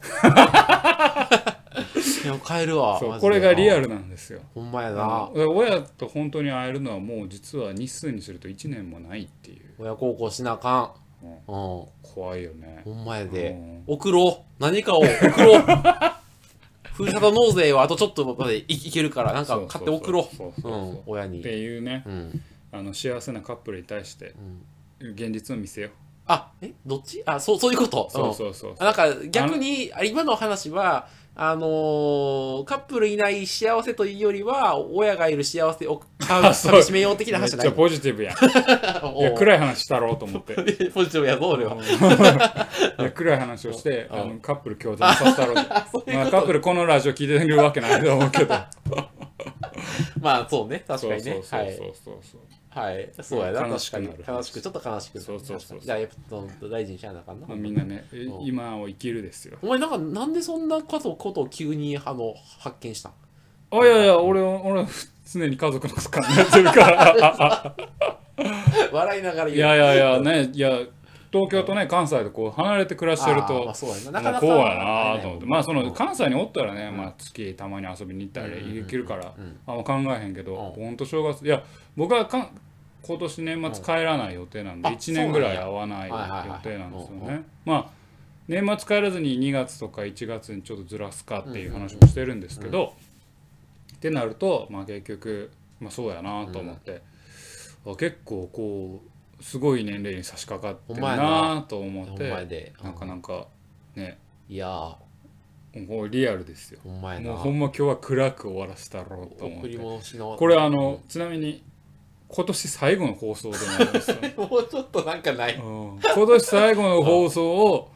[SPEAKER 2] う いや帰るわ
[SPEAKER 1] そ
[SPEAKER 2] マ
[SPEAKER 1] う
[SPEAKER 2] ジ
[SPEAKER 1] こ
[SPEAKER 2] で
[SPEAKER 1] れがリア
[SPEAKER 2] あ
[SPEAKER 1] ルなんですよ
[SPEAKER 2] ほんまや
[SPEAKER 1] あ
[SPEAKER 2] な
[SPEAKER 1] 親と本当に会えるのはもう実は日数にすると1年もないっていう
[SPEAKER 2] 親孝行しなあか
[SPEAKER 1] うん
[SPEAKER 2] うん。ほ
[SPEAKER 1] 怖いよね。
[SPEAKER 2] んまや
[SPEAKER 1] う
[SPEAKER 2] で。
[SPEAKER 1] ん
[SPEAKER 2] 送ろう。何かを送ろう。 ふるさと納税はあとちょっとまでいいけるから、なんか買って送ろ
[SPEAKER 1] そう
[SPEAKER 2] う。
[SPEAKER 1] そう
[SPEAKER 2] う、
[SPEAKER 1] そうん
[SPEAKER 2] 親
[SPEAKER 1] っ
[SPEAKER 2] に。
[SPEAKER 1] ていうね
[SPEAKER 2] うん。
[SPEAKER 1] あの幸せなカップルに対して
[SPEAKER 2] うん
[SPEAKER 1] 現実を見せよう。
[SPEAKER 2] あ、えどっちあ、そう、そういうこと。ん
[SPEAKER 1] そうそうそう。
[SPEAKER 2] あなんか逆にあ今の話はあのーカップルいない幸せというよりは親がいる幸せを買う
[SPEAKER 1] あそう
[SPEAKER 2] 楽しめよう的な
[SPEAKER 1] めっ
[SPEAKER 2] 話じゃ
[SPEAKER 1] ち
[SPEAKER 2] ない
[SPEAKER 1] ゃポジティブやん。いや
[SPEAKER 2] おう
[SPEAKER 1] 暗い話したろうと思って。
[SPEAKER 2] ポジティブやぞ俺は。
[SPEAKER 1] いや暗い話をして
[SPEAKER 2] うん
[SPEAKER 1] あのカップル共存させた ろうと。まあカップルこのラジオ聞いてるわけないと思うけど。
[SPEAKER 2] まあそうね確
[SPEAKER 1] そ
[SPEAKER 2] か
[SPEAKER 1] う
[SPEAKER 2] に
[SPEAKER 1] そ
[SPEAKER 2] ね
[SPEAKER 1] うそ
[SPEAKER 2] は
[SPEAKER 1] う
[SPEAKER 2] い
[SPEAKER 1] そうそう。
[SPEAKER 2] はいそうやな
[SPEAKER 1] 悲
[SPEAKER 2] 確
[SPEAKER 1] しく
[SPEAKER 2] か
[SPEAKER 1] な
[SPEAKER 2] に
[SPEAKER 1] る
[SPEAKER 2] 悲しくちょっと悲しく
[SPEAKER 1] そうそうそう
[SPEAKER 2] 確かにじゃあやっぱ大事にしなあかんな
[SPEAKER 1] まあみんなね、え
[SPEAKER 2] うん
[SPEAKER 1] 今を生きるですよ。
[SPEAKER 2] お前なんかなんでそんなことことを急にあの発見したん
[SPEAKER 1] あ、いやいや、俺、俺、常に家族のこと考えてる から。
[SPEAKER 2] 笑いながら言う
[SPEAKER 1] いやいやいや、ね、いや、東京とね、関西でこう離れて暮らしてる
[SPEAKER 2] あーま
[SPEAKER 1] と
[SPEAKER 2] あ、そうやな
[SPEAKER 1] も
[SPEAKER 2] なか
[SPEAKER 1] う
[SPEAKER 2] なか
[SPEAKER 1] こうやなと思って、まあ、その関西におったらね、
[SPEAKER 2] うん
[SPEAKER 1] まあ、月たまに遊びに行った
[SPEAKER 2] うんうんうん
[SPEAKER 1] り行けるから
[SPEAKER 2] うん、
[SPEAKER 1] あんま考えへんけど、
[SPEAKER 2] う
[SPEAKER 1] ほんと正月、いや、僕はかん今年年末帰らない予定なんで、
[SPEAKER 2] うんあ
[SPEAKER 1] 1年ぐらい会わない
[SPEAKER 2] そ
[SPEAKER 1] 予
[SPEAKER 2] うなんやはいはいはい
[SPEAKER 1] 定なんですよ
[SPEAKER 2] うんう
[SPEAKER 1] ね。まあ、年末帰らずに2月とか1月にちょっとずらすかっていう話もしてるんですけど、ってなると、まあ、結局、まあ、そうやなと思って、あ結構こう、すごい年齢に差し掛かってる
[SPEAKER 2] ほんまや
[SPEAKER 1] なと思っ
[SPEAKER 2] お
[SPEAKER 1] て、
[SPEAKER 2] 前で
[SPEAKER 1] なんかなんか、ね、
[SPEAKER 2] いやー
[SPEAKER 1] もうリアルですよ。
[SPEAKER 2] お前な
[SPEAKER 1] もうほんま今日は暗く終わらせたろうと思っ
[SPEAKER 2] 贈り
[SPEAKER 1] て。
[SPEAKER 2] 物しの
[SPEAKER 1] これあの、ちなみに今年最後の放送でもありますよ、 うん
[SPEAKER 2] もうちょっとなんかない
[SPEAKER 1] 今年最後の放送を、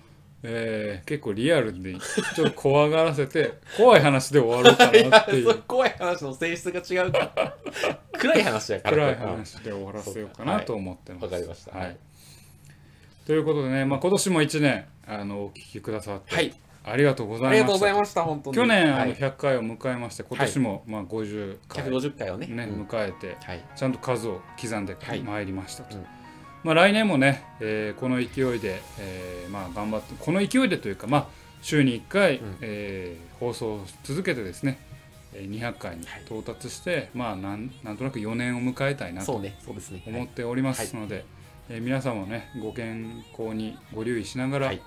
[SPEAKER 1] えー結構リアルにちょっと怖がらせて、怖い話で終わろうかなってい
[SPEAKER 2] そうう。 怖い話の性質が違うから暗い話やから
[SPEAKER 1] 暗い話で終わらせようかなと思ってます。
[SPEAKER 2] わかりました
[SPEAKER 1] はい。ということでね、まあ、今年も1年あのお聞きくださって、
[SPEAKER 2] はい
[SPEAKER 1] ありがとうござ
[SPEAKER 2] あ
[SPEAKER 1] い
[SPEAKER 2] りが
[SPEAKER 1] ま
[SPEAKER 2] とう
[SPEAKER 1] し
[SPEAKER 2] ござい
[SPEAKER 1] た。
[SPEAKER 2] ました本当に
[SPEAKER 1] 去年、
[SPEAKER 2] は
[SPEAKER 1] あの
[SPEAKER 2] い、
[SPEAKER 1] 100回を迎えまして、今年も、まあ50回、
[SPEAKER 2] 150回をね
[SPEAKER 1] ね
[SPEAKER 2] うん
[SPEAKER 1] 迎えて、
[SPEAKER 2] はい
[SPEAKER 1] ちゃんと数を刻んで
[SPEAKER 2] はい
[SPEAKER 1] まいりましたと、
[SPEAKER 2] うん
[SPEAKER 1] まあ、来年もね、えーこの勢いで、えーまあ、頑張ってこの勢いでというか、まあ、週に1回、
[SPEAKER 2] うん
[SPEAKER 1] えー放送を続けてですねえー200回に到達して、まあ、なんなんとなく4年を迎えたいなと
[SPEAKER 2] そうねそうですね
[SPEAKER 1] 思っておりますので、えー皆さんもねご健康にご留意しながら、
[SPEAKER 2] はい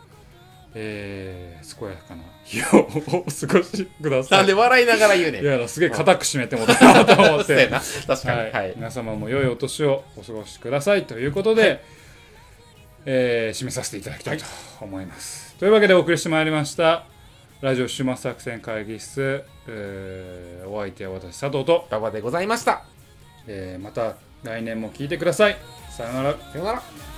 [SPEAKER 1] えー健やかな日をお過ごしくだ
[SPEAKER 2] な
[SPEAKER 1] さ
[SPEAKER 2] ん
[SPEAKER 1] い。
[SPEAKER 2] で笑いながら言うね
[SPEAKER 1] い
[SPEAKER 2] ん
[SPEAKER 1] やすげえ固く締めてもらったなと思っ
[SPEAKER 2] そう
[SPEAKER 1] て
[SPEAKER 2] や。な確か
[SPEAKER 1] はい
[SPEAKER 2] にはい
[SPEAKER 1] 皆様も良いお年をお過ごしくださいということで、えー締めさせていただきたいと思います。というわけでお送りしてまいりました「ラジオ終末作戦会議室」えーお相手は私佐藤と、
[SPEAKER 2] 馬場でございました
[SPEAKER 1] えーまた来年も聞いてください。さよなら。
[SPEAKER 2] さよなら